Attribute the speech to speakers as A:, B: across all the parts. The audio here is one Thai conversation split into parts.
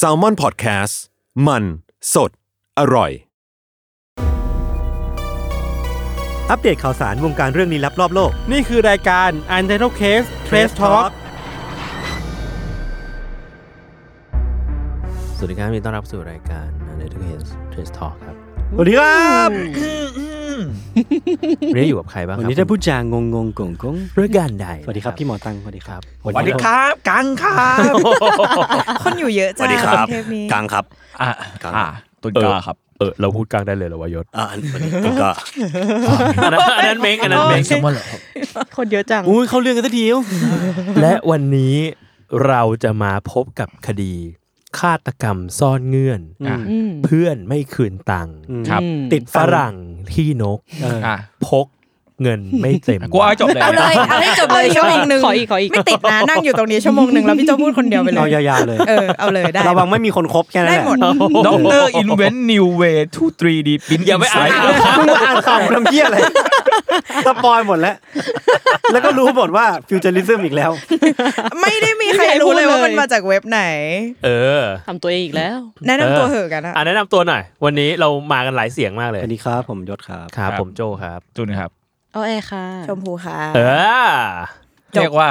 A: s a l m o n PODCAST มัน สด อร่อย
B: อัปเดตข่าวสารวงการเรื่องลี้ลับรอบโลก
C: นี่คือรายการ u n t i t l e d Case Trace Talk
D: สวัสดีครับยินดีต้อนรับสู่รายการ u n d e r t a l e Trace Talk ครับ
B: สวัสดีครับ
D: วันนี้อยู่กับใครบ้างค
B: วั
D: รั
B: น
D: บ
B: นี้จะพูดจางงงๆกงกง
D: เรื่องการใด
B: สวัสดีครับพี่หมอตังสวัสดีครับ
C: สวัสดีครับกังครับ
E: คนอยู่เยอะ
F: ส
E: จ้า
F: วัสดีครับ
E: เทปนี้
F: กังครับ
C: อ่ะ
F: กัง
C: อ่ะต้นกล้าครับ
G: เออเราพูดกลางได้เลยเหรอวะ ยศ
F: อ่าอันนี้ผมก็
D: อันนั้นอันนั้นเม้งอันนั้นเม้ง
E: โอ้ยคนเยอะจัง
B: อุ้ยเข้าเรื่องกันสักทีว
G: และวันนี้เราจะมาพบกับคดี ฆาตกรรมซ่อนเงื่อน
B: อ่ะ
E: อืม
G: เพื่อนไม่คืนตังค์
C: ครับ
G: ติดฝรั่งที่นก
B: เออ
C: อ่ะ
G: พกเงินไม่เต็ม
C: กูเอาให้จบเลย
E: เอาเลย เอาให้จบเลยชั่วโมงหนึ่ง
H: ขออีกขออีก
E: ไม่ติดนะ นั่งอยู่ตรงนี้ชั่วโมงหนึ่งแล้วพี่โจพูดคนเดียวไปเล
B: เอา
E: ย
B: ยาวๆเลย
E: เออ เอาเลยได้
B: ระวังไม่มีคนครบแค่นั้น
E: ได้
B: แหละ
E: หมด
C: ด็อกเตอร์อินเวนนิวเวทูทรีดีปิน
D: อย่าไปอ่าน
B: มึงมาอ่านข่าวทำเพี้ยอะไรสปอยหมดแล้ว แล้วก็รู้หมดว่าฟิวเจอริซึมอีกแล้ว
E: ไม่ได้มีใครรู้เลยว่ามันมาจากเว็บไหน
G: เออ
H: ทำตัวเองอีกแล้ว
E: แนะนำตัวเหอะกันนะ
G: อ่ะแนะนำตัวหน่อย วันนี้เรามากันหลายเสียงมากเล
B: ส
G: ย
B: วัสดีครับผมยศครับ
G: ครับผมโจครับ
C: จุนครับ
H: เอาแอร์ค่ะ
E: ชมพูค่ะ
G: เออ
C: เรียกว่า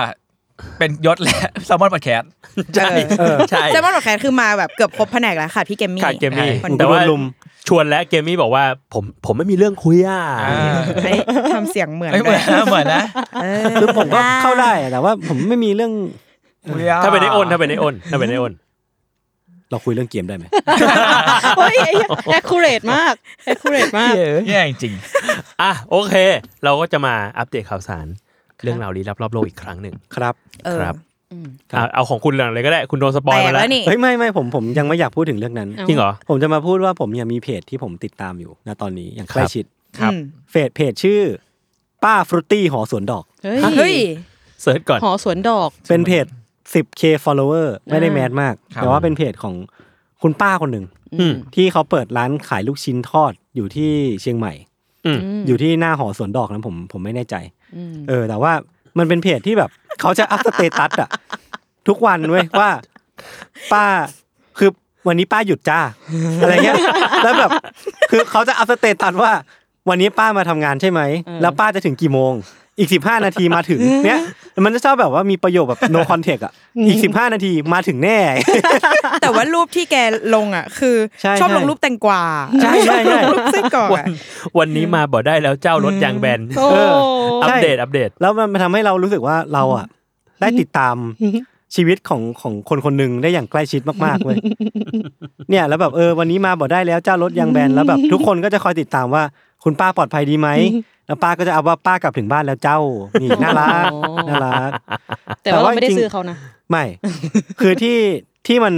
C: เป็นยศและแซลมอนพอดแคสต์
E: ใช่
B: เออ
G: ใช่
E: แซมมอนบอกแคนคือมาแบบเกือบครบแผนกแล้วค่ะพี่เกมมี่
G: ขาดเกมมี่
E: คน
G: แต่ว่า
B: โดนลุม
G: ชวนและเกมมี่บอกว่าผมผมไม่มีเรื่องคุยอ่ะ
C: อ่า
E: เฮ้ยทำเสียงเหมือน
C: ไม่เหมือนนะเหมือนนะ
E: เอ
B: คือผมก็เข้าได้แต่ว่าผมไม่มีเรื่อง
G: ถ้าเป็นไอโอนถ้าเป็นไอโอนถ้าเป็นไอโอน
B: เราคุยเรื่องเกมได้ไหม
H: เฮ้ยแอคคูเรตมากแอคคูเรตมาก
C: แย่จริง
G: อ่ะโอเค เราก็จะมาอัปเดตข่าวสาร เรื่องราวลี้ลับรอบโลกอีกครั้งหนึ่ง
B: ครับ
E: เออ
G: ครับ อ่ะเอาของคุณหลังเลยก็ได้คุณโดนสปอย
E: แตก
G: มาแล้
E: แล้ว วนี่
B: เฮ้ยไม่ไม่ผมผมยังไม่อยากพูดถึงเรื่องนั้น
H: เอา
G: จริงเหรอ
B: ผมจะมาพูดว่าผมเนี่ยมีเพจที่ผมติดตามอยู่นะตอนนี้อย่างใกล้ชิด
E: ครับ
B: เฟซเพจชื่อ ป้าฟรุตตี้หอสวนดอก
H: เฮ้ย
E: เฮ้ย
G: เสิร์ชก่อน
H: หอสวนดอก
B: เป็นเพจ 10k follower ไม่ได้แมสมาก แต่ว่าเป็นเพจของคุณป้าคนหนึ่ง
G: อืม
B: ที่เขาเปิดร้านขายลูกชิ้นทอดอยู่ที่เชียงใหม่
G: อืม
B: อยู่ที่หน้าหอสวนดอกนะผมผมไม่แน่ใจ
H: อืม
B: เออ แต่ว่ามันเป็นเพจที่แบบ เขาจะอัพสเตตัสอะทุกวันเว้ยว่า ป้าคือวันนี้ป้าหยุดจ้า อะไรเงี้ย แล้วแบบ คือเขาจะอัพสเตตัสว่า วันนี้ป้ามาทำงานใช่ไหม แล้วป้าจะถึงกี่โมง อีกสิบห้านาทีมาถึง เนี้ยมันจะชอบแบบว่ามีประโยคแบบ no contact อะอีกสิบห้านาทีมาถึงแน่
E: แต่ว่ารูปที่แกลงอ่ะ คือ
B: ใช่
E: ชอบ
B: ใช่
E: ลงรูปแตงกวา
B: ใช่ใช่ใช่
E: รูปไส้กรอกอะ
G: วันนี้มาบ่ได้แล้วเจ้ารถยางแบน
H: โอ้
G: เอออัป
B: ใช่
G: เดตอัปเดต
B: แล้วมันมันทำให้เรารู้สึกว่าเราอ่ะ ได้ติดตามชีวิตของของคนคนหนึ่งได้อย่างใกล้ชิดมาก ๆเว้ยเนี่ยแล้วแบบเออวันนี้มาบอกได้แล้วเจ้ารถยางแบนแล้วแบบ ทุกคนก็จะคอยติดตามว่า คุณป้าปลอดภัยดีไหมแล้วป้าก็จะเอาว่าป้ากลับถึงบ้านแล้วเจ้า นี่น่ารักน่ารัก
H: แต่ว่า
B: แต่ว่า
H: เราไม่ได้
B: จริง
H: ซื้อเขานะ
B: ไม่ คือที่ที่มัน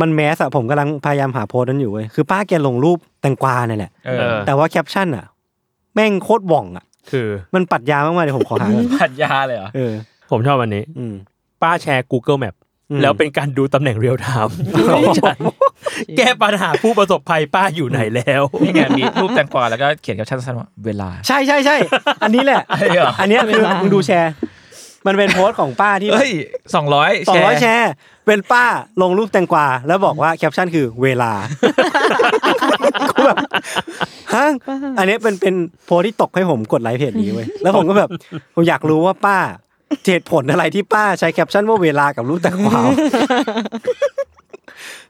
B: มันแมสอะผมกำลังพยายามหาโพสต์นั้นอยู่เว้ยคือป้าแกลงรูปแตงกวาเนี่ยแหละ
C: เออ
G: อ
B: แต่ว่าแคปชั่นอะแม่งโคตรบ่องอะ
G: คือ
B: มันปรัดยามากๆเลยผมขอหาก่อน
C: ปรัดยาเลยเหรอ
B: เออ
G: ผมชอบวันนี้
B: อืม
G: ป้าแชร์ Google Map
B: อืม
G: แล้วเป็นการดูตำแหน่งเรียลไทม์ของฉันแก้ปัญหาผู้ประสบภัยป้าอยู่ไหนแล้ว
C: นี่ไงมีรูปแตงกวาแล้วก็เขียนแคปชั่นสั้นว่าเวลา
B: ใช่ใช่ใช่ อันนี้แหละ
C: อะไรเหรออั
B: อันเนี้ยคือมึงดูแชร์ มันเป็นโพสต์ของป้าที่
C: เฮ้ยสองร้อย
B: สองร้อยแชร์ เป็นป้าลงรูปแตงกวา แล้วบอกว่าแคปชั่นคือเว ลากูแบบฮะอันเนี้ยเป็นเป็นโพสต์ที่ตกให้ผมกดไลค์เพจนี้เว้ย แล้วผมก็แบบ ผมอยากรู้ว่าป้าเหตุผลอะไรที่ป้าใช้แคปชั่นว่าเวลากับรูปแตงกวา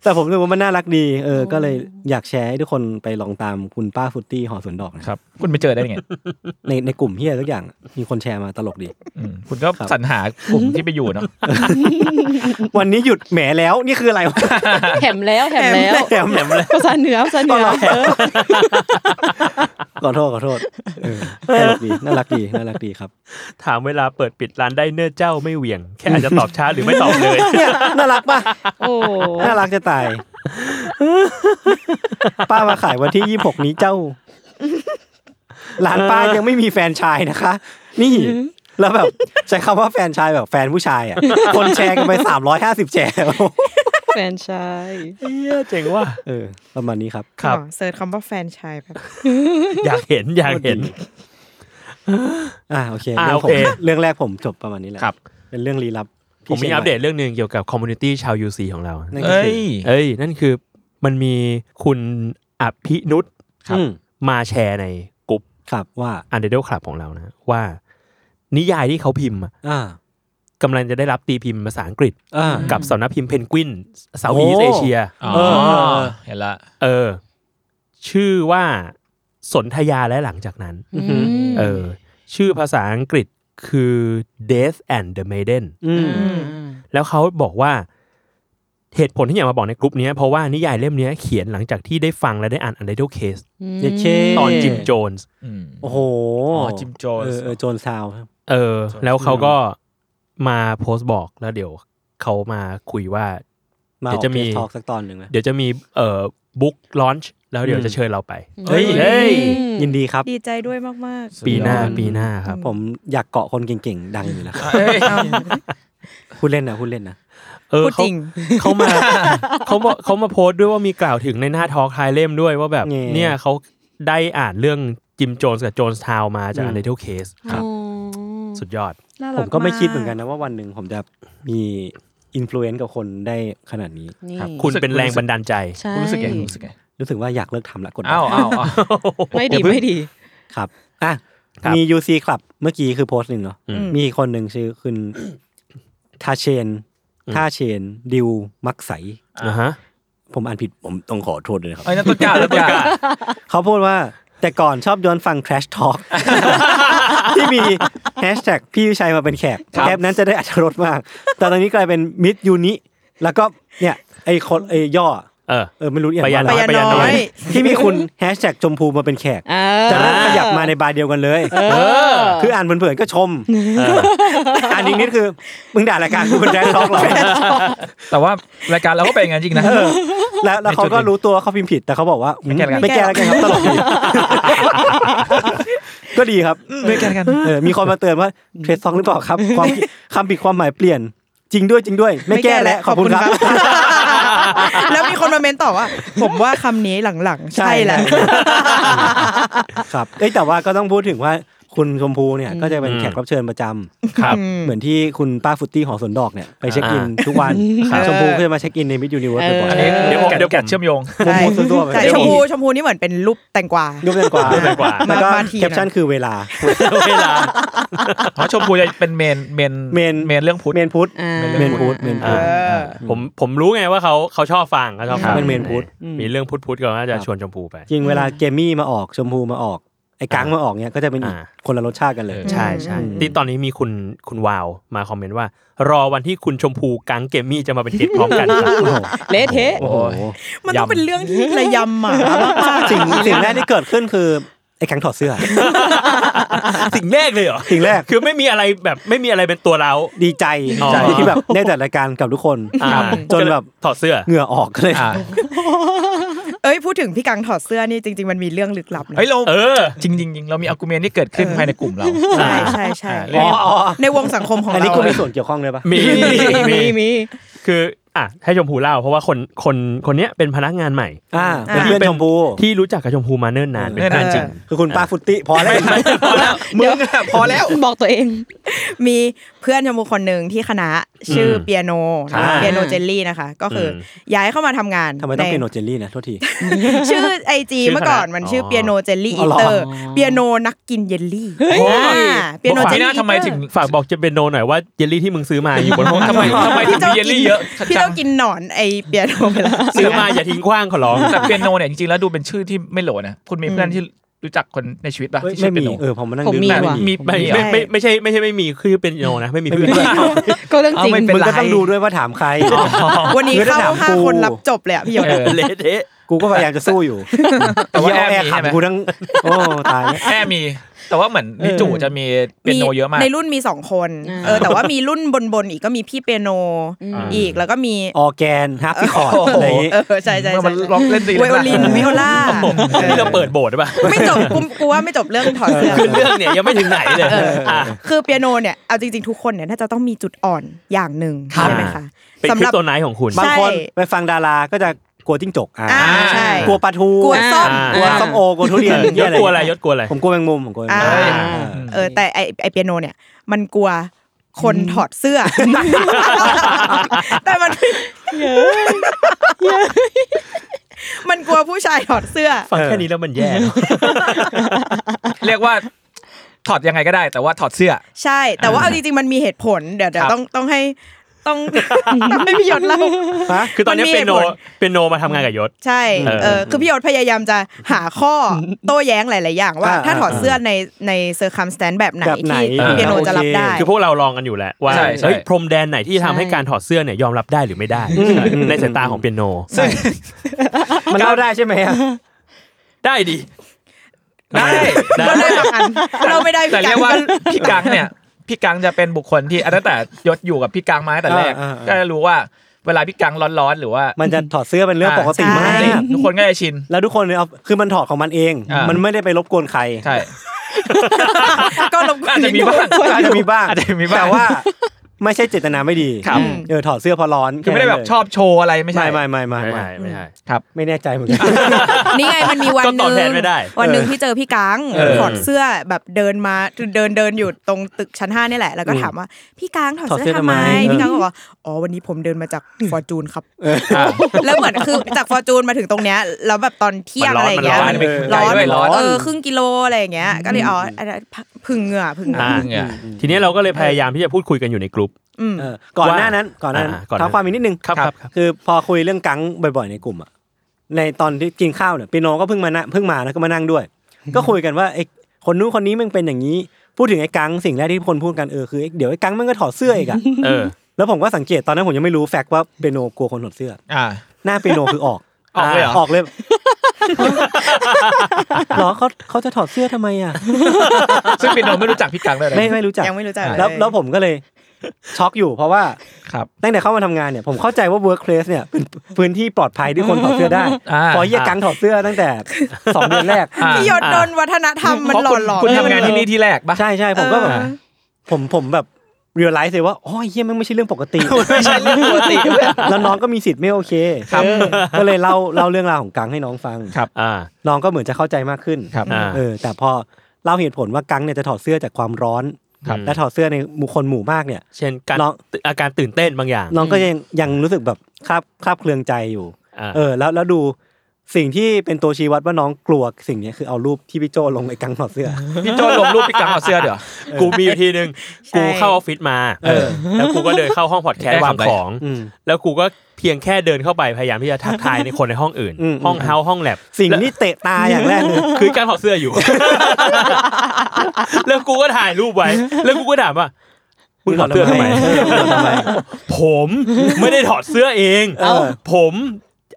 B: แต่ผมรู้สึกว่ามันน่ารักดี เออ ก็เลยอยากแชร์ให้ทุกคนไปลองตามคุณป้าฟุตตี้หอสวนดอกนะครับ
C: ครับ คุณไปเจอได้ยังไง
B: ในในกลุ่มเฮียทุกอย่างมีคนแชร์มาตลกดี
C: อืมคุณก็สรรหากลุ่มที่ไปอยู่เนาะ
B: วันนี้หยุดแหมแล้วนี่คืออะไรวะ
H: แถมแล้วแถมแล้ว
B: แถมแล้ว
H: ภาษาเหนือภาษาเหนือเออ
B: ขอโทษขอโทษเออตลกดีน่ารักดีน่ารักดีครับ
G: ถามเวลาเปิดปิดร้านได้เนอร์เจ้าไม่เหวี่ยง แค่อาจจะตอบช้าหรือไม่ตอบเลย
B: เนี่ยน่ารักป่ะ
H: โอ้
B: น่ารักจะตาย ป้ามาขายวันที่ยี่หกนี้เจ้าร้านป้ายังไม่มีแฟนชายนะคะ นี่ แล้วแบบใช้คำว่าแฟนชายแบบแฟนผู้ชายอ่ะคนแชร์กันไปสามร้อยห้าสิบแชร์
H: แฟนชาย
G: เฮียเจ๋งว่ะ
B: เออประมาณนี้ครับ
G: ครับ
E: อ๋อเสิร์ชคำว่าแฟนชายแบบ
G: อยากเห็นอยากเห็น
B: อ่าโอเค
G: อ่ะ
B: รื่องผม
G: โอเค
B: เรื่องแรกผมจบประมาณนี้แหละ
G: ครับ
B: เป็นเรื่องลี้ลับ
G: ผมมี
B: ที่ชียง
G: อัปเดต
B: ให
G: เรื่องหนึ่งเกี่ยวกับคอมมูนิตี้ชาว UC ของเรา
B: นั่นก็
C: เอ้
B: คื
C: ย
B: อ
G: เอ้ย นั่นคือมันมีคุณอภินุช
B: ครับอืม
G: มาแชร์ในกลุ่ม
B: ครับว่า
G: อันเดอร์คลับของเรานะ ว่า นิยายที่เขาพิมพ์อะ
B: อ่าก
G: ำลังจะได้รับตีพิมพ์ภาษาอังกฤษ
B: อ่า
G: กับสำนักพิมพ์เพนกวินเซา
B: โอ้
G: ท์อีสเอเชีย
C: อ๋อเห็นละ
G: เออ ชื่อว่าสนธยาและหลังจากนั้น
H: อืม
G: เออ ชื่อภาษาอังกฤษคือ Death and the Maiden
B: อืม
G: แล้วเขาบอกว่า เหตุผลที่อยากมาบอกในกลุ่มนี้ยเพราะว่านิยายเล่มเนี้ยเขียนหลังจากที่ได้ฟังและได้อ่าน Untitled Case
B: เด็ดเช
G: ตอนจิมโจนส์
C: อืม
B: โอ้โห
C: อ๋อ Jim Jones
B: เออเออโจนซาวครับ
G: เออ แล้วเขาก็มาโพสต์บอกแล้วเดี๋ยวเขามาคุยว่า
B: มา
G: เดี๋ยวจะมี
B: ทอก TED Talk สักตอนหนึ่งนะ
G: เดี๋ยวจะมีเอ่อบุ๊กลอนช์แล้วเดี๋ยว
B: อืม
G: จะเชิญเราไป
B: เฮ้ย
G: เฮ้ย
B: ยินดีครับ
E: ดีใจด้วยมาก
G: ปีหน้า
C: สุดยอด
G: ปีหน้าครับ
B: ผมอยากเกาะคนเก่งๆ ดังอยู่นะครับ
C: เอ้ย
B: พูดเล่นนะพูดเล่นนะ
G: เออ
E: พูด
G: เขา
E: จริง
G: เขามา เขาบอกเขามาโพสต์ด้วยว่ามีกล่าวถึงในหน้าทอล์คไทายเล่มด้วยว่าแบบ
B: แง่
G: เนี่ยเขาได้อ่านเรื่องจิมโจนส์กับโจนส์ทาวมาจาก
B: อื
G: อั
B: ม
G: นเดอร์เคสครับ สุดยอด
E: ๆน่า
B: ผ
E: รั
B: ม
E: ก
B: ก็ไม่คิดเหมือนกันนะว่าวันหนึ่งผมจะมีอิมโฟเอนซ์กับคนได้ขนาดนี้
H: นี่
G: ครับ คุณเป็นแรงบันดาลใจ
H: ใช่
C: คุณรู้สึกไงคุณรู้สึกไง
B: รู้สึกว่าอยากเลิกทำละกดดัน
C: อ้าวอ้าวอ้าว
H: ไม่ดีไม่ดี
B: ครับอ่ะ
G: ครับ
B: มี UC คลับเมื่อกี้คือโพสต์หนึ่งเนาะ
G: อืม
B: มีอีกคนหนึ่งชื่อคุณ ทาเชนทาเชน ดิวมักใส
C: อ่ะ
G: นะฮะ
B: ผมอ่านผิดผมต้องขอโทษด้วยนะครับ
C: ไอ้ยนั่นต้นกล้าต้นกล้า
B: เขาพูดว่าแต่ก่อนชอบย้อนฟัง Crash Talk ที่มีแฮชแท็กพี่วิชัยมาเป็นแขก
C: ครับ
B: แคปนั้นจะได้อัตรสมาก แต่ตอนนี้กลายเป็นมิดยูนิแล้วก็เนี่ย ไอคนไอย่อ
G: เออ
B: เออ ไม่รู้เอียน
G: ปยั
B: ว่าอะ
G: น
B: ไร
E: ปยา
G: ไปยัน
E: น้อย
B: ที่มีคุณแฮชแท็กชมพูมาเป็นแขก
H: อ่า
B: จะเริ่มขยับมาในบาร์เดียวกันเลย
H: เออ
B: คืออ่านเผื่อๆก็ชม
G: เออ
B: อ่านนิดนิดคือ มึงด่ารายการกูเป็นแรนท็อกเหรอ
C: แต่ว่ารายการเราก็เป็นอย่างนั้นจริงนะ
B: แล้วแล้วเขาก็รู้ตัวว่าเขาพิมพ์ผิดแต่เขาบอกว่าอืม
C: ไม่
B: ไม่
C: แก้
B: แก้
C: แล้
B: แล้ว วกัน นค
C: กั
B: รับตลกดีก็ดีครับ
C: ด้วยกันกัน
B: เออมีคนมาเตือนว่าเทรดซองหรือเปล่าครับ ความคำผิดความหมายเปลี่ยน จริงด้วยจริงด้วย ไม่แก้แล้วขอบคุณครับ
E: แล้วมีคนมาเมนต่อว่า ผมว่าคำนี้หลังๆ ใช่แหละ
B: ครับเอ้ยแต่ว่าก็ต้องพูดถึงว่าคุณชมพูเนี่ยก็จะเป็น
G: อืม
B: แขกรับเชิญประจำ
G: ครับ
B: เหมือนที่คุณป้าฟุตตี้หอสวนดอกเนี่ยไปเช็คอินทุกวัน
E: ครับ
B: ชมพู
E: เออ
B: ก็จะมาเช็คอินในมิดยูนิเวิร์สบ่อย
C: อันนี้เดี๋ยวผมเดี๋ยวผมเชื่อมโยง
B: ๆผมพูดตัวๆไป
E: ใช่ชมพูชมพูนี่เหมือนเป็นรูปแตงกวา
B: รูปแตงกวา
G: รูปแตงกวา
B: แล้วก็
E: มาทีนะ
B: แคปชั่นคือเวลา
G: เวลา
C: อ๋อชมพูจะเป็นเมนเมน
B: เมน
C: เมนเรื่องพุทธ
B: เมนพุทธ
H: อ่า
B: เมนพุทธเมนพุทธ
G: อ่า ผมผมรู้ไงว่าเขาเขาชอบฟังเขาชอบฟัง
B: เป็นเมนพุทธ
G: มีเรื่องพุทธพุทธก็น่าจะ
B: ครับ
G: ชวนชมพูไป
B: จริงเวลาเจมี่มาออกชมพูมาออกไอ้กังมาออกเนี่ยก็จะเป็นอีก
G: อ่า
B: คนละรสชาติกันเลย
G: ใช่ใช่ที่ตอนนี้มีคุณคุณวาวมาคอมเมนต์ว่า รอวันที่คุณชมพูกังเกมมี่จะมาเป็นเกตพร้อมกันครับ
H: เละเทะ
B: โอ้โห
E: มันต้องเป็นเรื่องที่ระยำห มามากๆ
B: สิ่งสิ่งแรกที่เกิดขึ้นคือไอ้แข็งถอดเสื้อ
G: สิ่งแรกเลยเหรอ
B: สิ่งแรก
G: คือไม่มีอะไรแบบไม่มีอะไรเป็นตัวเรา
B: ดีใจ
G: อ๋อ
B: ที่แบบได้จัดรายการกับทุกคน
G: อ่า
B: จนแบบ
G: ถอดเสื้อ
B: เหงื่อออกก็เลย
C: อ่า
E: เอ้ยพูดถึงพี่กังถอดเสื้อนี่จริง ๆ มันมีเรื่องลึกลับนะ
C: เฮ้ยเรา
G: เออ
C: จริงจริงจริงเรามีอัลกูเมนที่เกิดขึ้นภายในกลุ่มเรา
E: ใช่ใช่ใช่
C: อ๋อ
E: ในวงสังคมของ
B: อันนี้
E: เรา
B: ก็มีส่วนเกี่ยวข้องเลยปะ
G: มีมีมี
H: มีมี
G: คืออ่ะให้ชมพูเล่าเพราะว่าคนคนคนเนี้ยเป็นพนักงานใหม่
B: อ่าเป็นเพื่อนชมพู
G: ที่รู้จักกับชมพูมาเนิ่นนานเป็น
C: เนิ่น
G: เพื่อ
C: นา
G: น นจริง
B: คือคุณป้าฟุตติพอแล้ว
C: มึงอะพอแล้ว
H: บอกตัวเอง
E: มีเพื่อนชมพูคนหนึ่งที่คณะชื่อเปียโนนะ
G: อ่า
E: เปียโนเจลลี่นะคะ ก็คืออ
G: ม
E: ย้ายเข้ามาทำงาน
B: ทำไมต้องเป็นโน
E: ใ
B: เจลลี่นะโทษที
E: ชื่อไอจี
G: ชื่อ
E: เมื่อก่อน
G: คณะ
E: มันชื่อ
G: อ๋อ
E: เปียโนเจลลี่
B: อ๋
E: อี
B: อเหรอ
E: เตอร์เปียโนนักกินเยลลี่เปียโนเจ
C: ไม่
E: ล
C: น่า
E: ลี่
C: ทำไมถึง
G: ฝากบอกจะเป็นโนหน่อยว่าเยลลี่ที่มึงซื้อมาอยู่บนห้อง
C: ทำไมทำไมถึงมีเยลลี่เยอะ
E: พี่
C: จั
E: ต้
C: ง
E: องกินหนอนไอเปียโนไปแล้ว
G: ซื้อมาอย่าทิ้งขว้างขอร้อง
C: แต่เปียโนเนี่ยจริงๆแล้วดูเป็นชื่อที่ไม่โหลนะ คุณมีเพื่อนที่ รู้จักคนในชีวิตป่ะ
B: เอ้ย
C: ที่ชื่
B: ไม่
C: อเป็
B: มี
C: นโน
B: เออผมมานั่ง
E: ผม
B: นึก
E: มี
B: ได้
E: ว่ะ
C: มี
G: ไม่ไม่ไม่ไม่ใช่ไม่ใช่ไม่มีคือเป็นโนนะไม่มีเพื่อน
H: ก็เรื่องจริง
E: เอาไม่เป็
B: มึง
E: นไร
B: ก็ต้องดูด้วยว่าถามใคร
E: วันนี้
B: คือถ้า
E: เข้า
B: ถาม
E: ห้า
B: กู
E: คนรับจบเลยอะพี่ยศ
C: เออ
G: เละเทะ
B: กูก็พยายามจะสู้อยู่
C: แต่ว่า
B: เหี้ย
C: แอ
B: แอร์
C: ร์มี
B: ขับ
C: ใช่ไหม
B: กูทั้งโอ้ตาย
C: แค่มี แต่ว่าเหมือนนิจูจะมีเป็นโนเยอะมาก
E: ในรุ่นมีสองคน
H: อ่า
E: เออแต่ว่ามีรุ่นบนๆอีกก็มีพี่เปียโนอีกแล้วก็มี
B: ออร์แกนฮับที่คอร์ด
C: โอ้โห
B: อะไรอย่างงี้
E: เออใช่ใช่
C: เมื่อมัน
E: ใช่
C: ร้องเล่นดี
E: ไวโอ ลินวิโอลา
G: นี่เราเปิดโบสถ์หรือเปล่ะ
E: ไม่จบกูกูว่าไม่จบเรื่องถอดเสื้อ
G: คือเรื่องเนี่ยยังไม่ถึงไหนเลยอ่ะ
E: คือเปียโนเนี่ยเอาจริงๆทุกคนเนี่ยน่าจะต้องมีจุดอ่อนอย่างหนึ่ง
G: ครับ
E: ใช่ไหมคะ
G: เป็น
E: สำ
G: คลิ
E: หรั
G: ป
E: บ
G: ตัวไหนของคุณ
B: บางคน
E: ใช่
B: ไปฟังดาราก็จะกลัวจิ้งจกอ่า
E: อ่าใช่
B: กลัวปลาทู
E: กลัวส้ม
B: กลัวส้มโอกลัวทุเรียน
G: ยศกลัวอะไรยศกลัวอะไร
B: ผมกลัวแมงมุมผมกลัวแมง
E: อ่า
B: มุม
E: เออแต่ไอไอเปียโนเนี่ยมันกลัวคนถอดเสื้อ แต่มันมันกลัวผู้ชายถอดเสื้อ
G: ฟังแค่นี้แล้วมันแย่
C: เรียกว่าถอดยังไงก็ได้ แต่ว่าถอดเสื้อ
E: ใช่ แต่ว่าเอาจริงๆมันมีเหตุผลเดี๋ยวเดี๋ยว
C: ครับ
E: ต้องต้องให้ต้องต้องให้พี่ยศเล่า
B: ฮะ
G: คือตอนนี้
E: มันมี
G: เป็นโน
E: เหตุผล
G: เป็นโนมาทำงานกับยศ
E: ใช่
G: เออ
E: เออคือพี่ยศพยายามจะหาข้อโต้แย้งหลาย ๆ อย่างว่า ถ้าถอดเสื้อในในเซอร์คัมสแตนแบบไหน
B: แบบไหน
E: ที่เปียโนจะรับได้
G: คือพวกเราลองกันอยู่แหละว่า
C: ใช่ใช่
G: เฮ้ยพรมแดนไหนที่จะทำให้
H: ใช่
G: การถอดเสื้อเนี่ยยอมรับได้หรือไม่ได้ ในสายตาของเปียโน
C: ซึ่ง
B: มันเล่าได้ใช่ไหมอะ
G: ได้ดิ
C: ได้
G: ได้
E: เราได้บางอันเราไม่ได้
C: แต่
E: พี่กั
C: เรีย
E: น
C: กว่าพี่กังเนี่ยพี่กังจะเป็นบุคคลที่อันตั้งแต่ยศอยู่กับพี่กังมาตั้งแต่แรกก็จะรู้ว่าเวลาพี่กังร้อนๆหรือว่า
B: มันจะถอดเสื้อเป็นเรื่องปกติมาก
C: ทุกคนก็จะชิน
B: แล้วทุกคนเนี่ยเอาคือมันถอดของมันเอง
C: อ่ามั
B: มันไม่ได้ไปรบกวนใคร
C: ใช่
E: ก็ลบ
C: อาจจะมีบ้าง
B: อาจจะมีบ้าง
C: อาจจะมีบ้าง
B: แต่ว่าไม่ใช่เจตนาไม่ดี
C: ครับ
B: เออถอดเสื้อเพอร้อน
C: คือไม่ได้แบบชอบโชว์อะไรไม่ใช่
B: ไม่ไม่ไม่ไม่
G: ไม่
B: ไม่
G: ใช่ไม่ใช่
B: ไม่แน่ใจเหมือนกัน
E: นี่ไงมันมีวัน
G: ก็
E: ห
G: ตอบ
E: นึ่
G: แท
E: ง
G: นไม่ได้
E: วันหนึ่งที่เจอพี่กัง
C: เออ
E: ถอดเสื้อแบบเดินมาเดินเดินอยู่ตรงตึกชั้นห้านี่แหละ แล้วก็ถามว่าพี่กังถอดเสื้อทำไม
B: ถอดเสื้อทำไม
E: พี่กังก็บอกว่าอ๋อวันนี้ผมเดินมาจากฟอร์จูนครับแล้วเหมือนคือจากฟอร์จูนมาถึงตรงเนี้ยแล้วแบบตอนเที่ยงอะไรอย่างเงี้ย
G: มันร้อนมันร้อน
C: ร้อนด้วยร้อน
E: เออครึ่งกิโลอะไรอย่างเงี้ย ก็เลยอ๋ออันนั้นพึ่งเหงื่อพึ่งเหงื่อ
G: อ่า
C: เงี้ย
G: ทีนี้เราก็เลยพยายามที่จะพูดคุยกันอยู่ในกลุ่ม
B: เออก่อนหน้านั้นก่อนหน้านั้น
G: อ่าก่อนหน้า
B: ท้าความอีกนิดนึง
G: ครับครับครับ
B: คือพอคุยเรื่องกังบ่อยๆในกลุ่มอะในตอนที่กินข้าวเนี่ยปีโนก็เพิ่งมานะเพิ่งมานะก็มานั่งด้วย ก็คุยกันว่าไอ้คนนู้นคนนี้มันเป็นอย่างนี้ พูดถึงไอ้กังสิ่งแรกที่คนพูดกันเออคือไอ้เดี๋ยวไอ้กังมันก็ถอดเสื้ออีกอะ
G: เออ
B: แล้วผมก็สังเกตตอนนั้นผมยังไม่รู้แฟกต์ว่าเปียโนกลัวคนถอดเสื้อ
C: อ่า
B: หน้าเปียโนคือออก
C: ออกเลยเหรอ
B: ออกเลย เหรอเขาเขาจะถอดเสื้อทำไมอ่ะ
C: ซึ่งเป็นโนไม่รู้จักพี่กังด้วยนะ
B: ไม่ไม่รู้จัก
E: ยังไม่รู้จัก
B: แล้ว
E: เลย
B: แล้วผมก็เลยช็อกอยู่เพราะว่า
C: ครับ
B: ตั้งแต่เข้ามาทำงานเนี่ยผมเข้าใจว่า workplace เนี่ยเป็นพื้นที่ปลอดภัยที่คนถอดเสื้อได้
C: อ่า
B: พอเยียกังถอดเสื้อตั้งแต่ สองเดือนแรก
C: อ่า
E: พี่ยศโดนวัฒนธรรมมัน
C: เพราะ
E: หล่
C: คุ
E: อ
C: ณ
E: หลอม
C: คุณทำงานที่นี่ที่แรกปะ
B: ใช่ใช่ผมก็แบบ
C: เออ
B: ผมผมแบบ realize เลยว่าโอ้ยเฮียแมันไม่ใช่เรื่องปกติ
C: ไม่ใช่เรื่องปกติ
B: แล้วน้องก็มีสิทธิ์ไม่โอเค
C: ครับ
B: เออก็เลยเล่าเล่าเรื่องราวของกังให้น้องฟัง
C: ครับ
G: อ่า
B: น้องก็เหมือนจะเข้าใจมากขึ้น
C: ครับ
G: อ่า
B: เออ แต่พอเล่าเหตุผลว่ากังเนี่ยจะถอดเสื้อจากความร้อน
G: ครับ
B: และถอดเสื้อในหมู่คนหมู่มากเนี่ย
G: เช่นการ
B: น้อง
G: อาการตื่นเต้นบางอย่าง
B: น้องก็ยังยังรู้สึกแบบคลาบคลาบเคลืองใจอยู่
G: อ่า
B: เออแล้วแล้วดูสิ่งที่เป็นตัวชี้วัดว่าน้องกลัวสิ่งเนี้ยคือเอารูปที่พี่โจลงไอ้กังถอดเสื้อ
C: พี่โจลงรูปพี่กังถอดเสื้อเดี๋ยว
G: กูมีอยู่ทีนึง กูเข้าออฟฟิศมา
B: เออ
G: แล้วกูก็เดินเข้าห้องพอดแคสต์
C: ได้
G: วาง
C: ทำอะไร
G: ของ
B: อืม
G: แล้วกูก็เพียงแค่เดินเข้าไปพยายามที่จะทักทายในคนในห้องอื่น
B: อืม
G: ห้องเฮาห้องแลบ
B: สิ่งนี้เตะตาอย่างแรกเลย
G: คือการถอดเสื้ออยู่ แล้วกูก็ถ่ายรูปไว้ แล้วกูก็ถามว่ามึงถอดเสื้อทำไม
B: เออถอดทำไม
G: ผมไม่ได้ถอดเสื้อเอง
B: เออ
G: ผม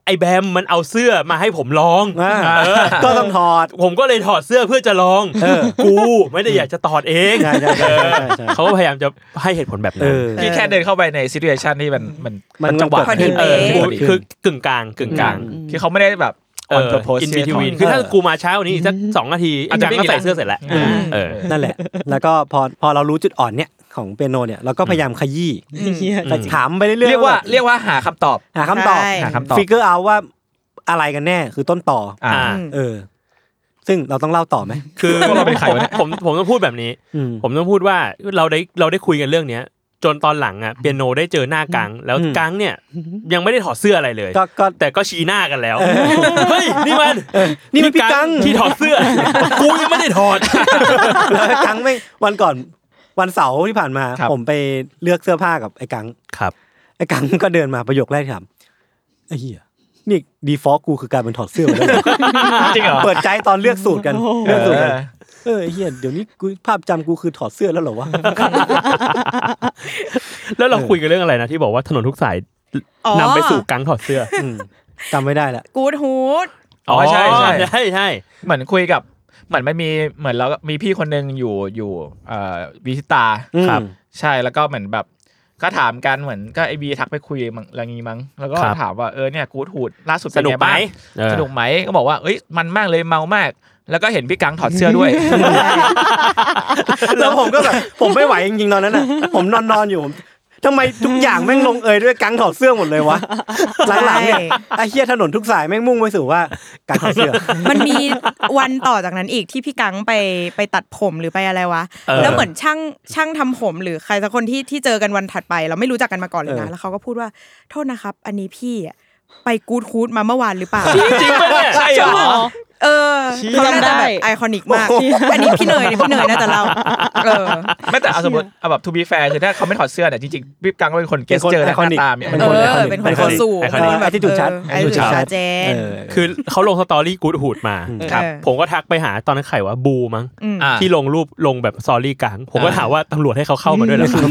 G: ไอ้แบมมันเอาเสื้อมาให้ผมลอง
B: อ่าก็ต้องถอด
G: ผมก็เลยถอดเสื้อเพื่อจะลอง
B: เออ
G: กูไม่ได้อยากจะถอดเอง
B: ใช่ใช่ใช่ใช่ใช่
G: เขาก็พยายามจะให้เหตุผลแบบ
B: เออ
G: นั้น
C: พี่แค่เดินเข้าไปในซิ t u เ t ชันที่มันมัน
B: มัน
C: จังหวะ
B: เกิดขึ้น
C: เออ
G: กู
C: ที่
G: คือกึ่งกลางกึ่งกลาง
C: ที่เขาไม่ได้แบบ
G: เอ
C: on
G: อ
C: purpose
G: อินบีที
C: ที่จะถ
G: วี
C: ด
G: คือถ้ากูมาเช้านี้สักสองนาที
C: อา
G: อา
C: จ
G: จ
C: จะ
G: จะ
C: ไม่
G: ไม่
C: มี
G: ใส่เสื้อเสร็จแล้ว
C: อืม
G: เออ
B: นั่นแหละ แล้วก็พอพอเรารู้จุดอ่อนเนี่ยของเปียโนเนี่ยเราก็พยายามขยี้
H: เหี้ย
B: แต่ถามไปเรื่อยๆ
C: เรียกว่าเรียกว่าหาคำตอบ
B: หาคำตอบ
E: ใช่
C: หาคำตอบ
B: ฟิกเกอร์เอาว่าอะไรกันแน่คือต้นต่ออ
C: อ่า
E: อืม
B: เออ ซึ่งเราต้องเล่าต่อไหม
G: คือ
C: พวกเราเป็นใครวะเนี่ย
G: ผมผมต้องพูดแบบนี้
B: อืม
G: ผมต้องพูดว่าเราได้เราได้คุยกันเรื่องเนี้ย จนตอนหลังอ่ะเปียโนได้เจอหน้ากัง แล้ว
B: อืม
G: กังเนี่ยยังไม่ได้ถอดเสื้ออะไรเลย
B: ก็ ก็
G: แต่ก็ชี้หน้ากันแล้วเฮ้ยนี่มัน
B: นี่มันพี่กัง
G: ที่ถอดเสื้อกูยังไม่ได้ถอด
B: แล้วไอ้กังไม่งวันก่อนวันเสาร์ที่ผ่านมา
C: ครับ
B: ผมไปเลือกเสื้อผ้ากับไอ้กัง
G: ครับ
B: ไอ้กังก็เดินมาประโยคแรกที่ถามไอ้เหี้ย นี่ดีฟอลกูคือการมันถอดเสื้อมาแล้ว
C: จริงเหรอ
B: เปิดใจตอนเลือกสูตรกันเลือกสูตร
C: เอ
B: กัน
C: อ
B: เออไอ้เฮียเดี๋ยวนี้กูภาพจำกูคือถอดเสื้อแล้วเหรอวะ
G: แล้วเรา
B: เออ
G: คุยกันเรื่องอะไรนะที่บอกว่าถนนทุกสาย
E: อ๋อน
G: ำไปสู่กังถอดเสื้อ
B: อืมจำไม่ได้ละ
E: กูดฮูด
C: อ๋อใช่ใช่
G: ใช่ใช่
C: เหมือนคุยกับเหมือนมันมีเหมือนเรามีพี่คนหนึ่งอยู่อยู่เอ่อวิชิตา
B: อืม
C: ใช่แล้วก็เหมือนแบบก็ถามกันเหมือนก็ไอบีทักไปคุยมั้งอะไรงี้มั้งแล้วก็ถามว่าเออเนี่ยกูดหูดล่าสุด
G: ส
C: เป็น
G: นุก
C: ไง
G: ไหม
C: บ้าง
G: เออ
C: สนุกไหมก็บอกว่าเอ้ยมันมากเลยเมามาก แล้วก็เห็นพี่กังถอดเสื้อด้วย
B: แล้วผมก็แบบผมไม่ไหวจริงๆตอนนั้นอ่ะผมนอนนอนอยู่ผมทำไมทุกอย่างแม่งลงเอยด้วยกังถอดเสื้อหมดเลยวะหลังๆเนี่ยไอ้เฮียถนนทุกสายแม่งมุ่งไปสู่ว่ากังถอดเสื้อ
E: มันมีวันต่อจากนั้นอีกที่พี่กังไปไปตัดผมหรือไปอะไรวะ แล้วเหมือนช่างช่างทำผมหรือใครสักคนที่ที่เจอกันวันถัดไป เราไม่รู้จักกันมาก่อนเลยนะ
B: เออ
E: แล้วเขาก็พูดว่าโทษนะครับ อันนี้พี่อะไปกูดฮูดมาเมื่อวานหรือเปล่า
C: จริงปะเนี่ยใช่เหร
H: หร
C: อ
H: อ
E: เออเขาน่า
H: จำได้
E: จะแบบไอคอนิกมาก อันนี้พี่เนยเนี่ยพี่เนยน่าจะเล่าเออ
C: ไม่แต่เอาสมมติเอาแบบทูบีแฟร์คือถ้าเขาไม่ถอดเสื้อเนี่ยจริงๆพี่กังก็เป็นคนเกสเจอร์
B: เป็
C: และ
B: น
C: ห
B: คน
C: น้าตามเนี่ย
B: iconic
E: เออเป็นคนคนสูง
B: ไอคอนิก
E: เป็นแบบ
B: attitude ชัด
E: เออ attitude ชัดเจน
B: เออ
G: คือเขาลงสตอรี่กูดหูดมา
B: อืม
C: ครับ
E: เออ
G: ผมก็ทักไปหาตอนนั้นใครว่าบูมั้ง
E: อืม
C: อ่า
G: ที่ลงรูปลงแบบซอรี่กลาง ผมก็
C: อ่า
G: ถามว่าตำรวจให้เขาเข้ามาด้วยเหรอครับ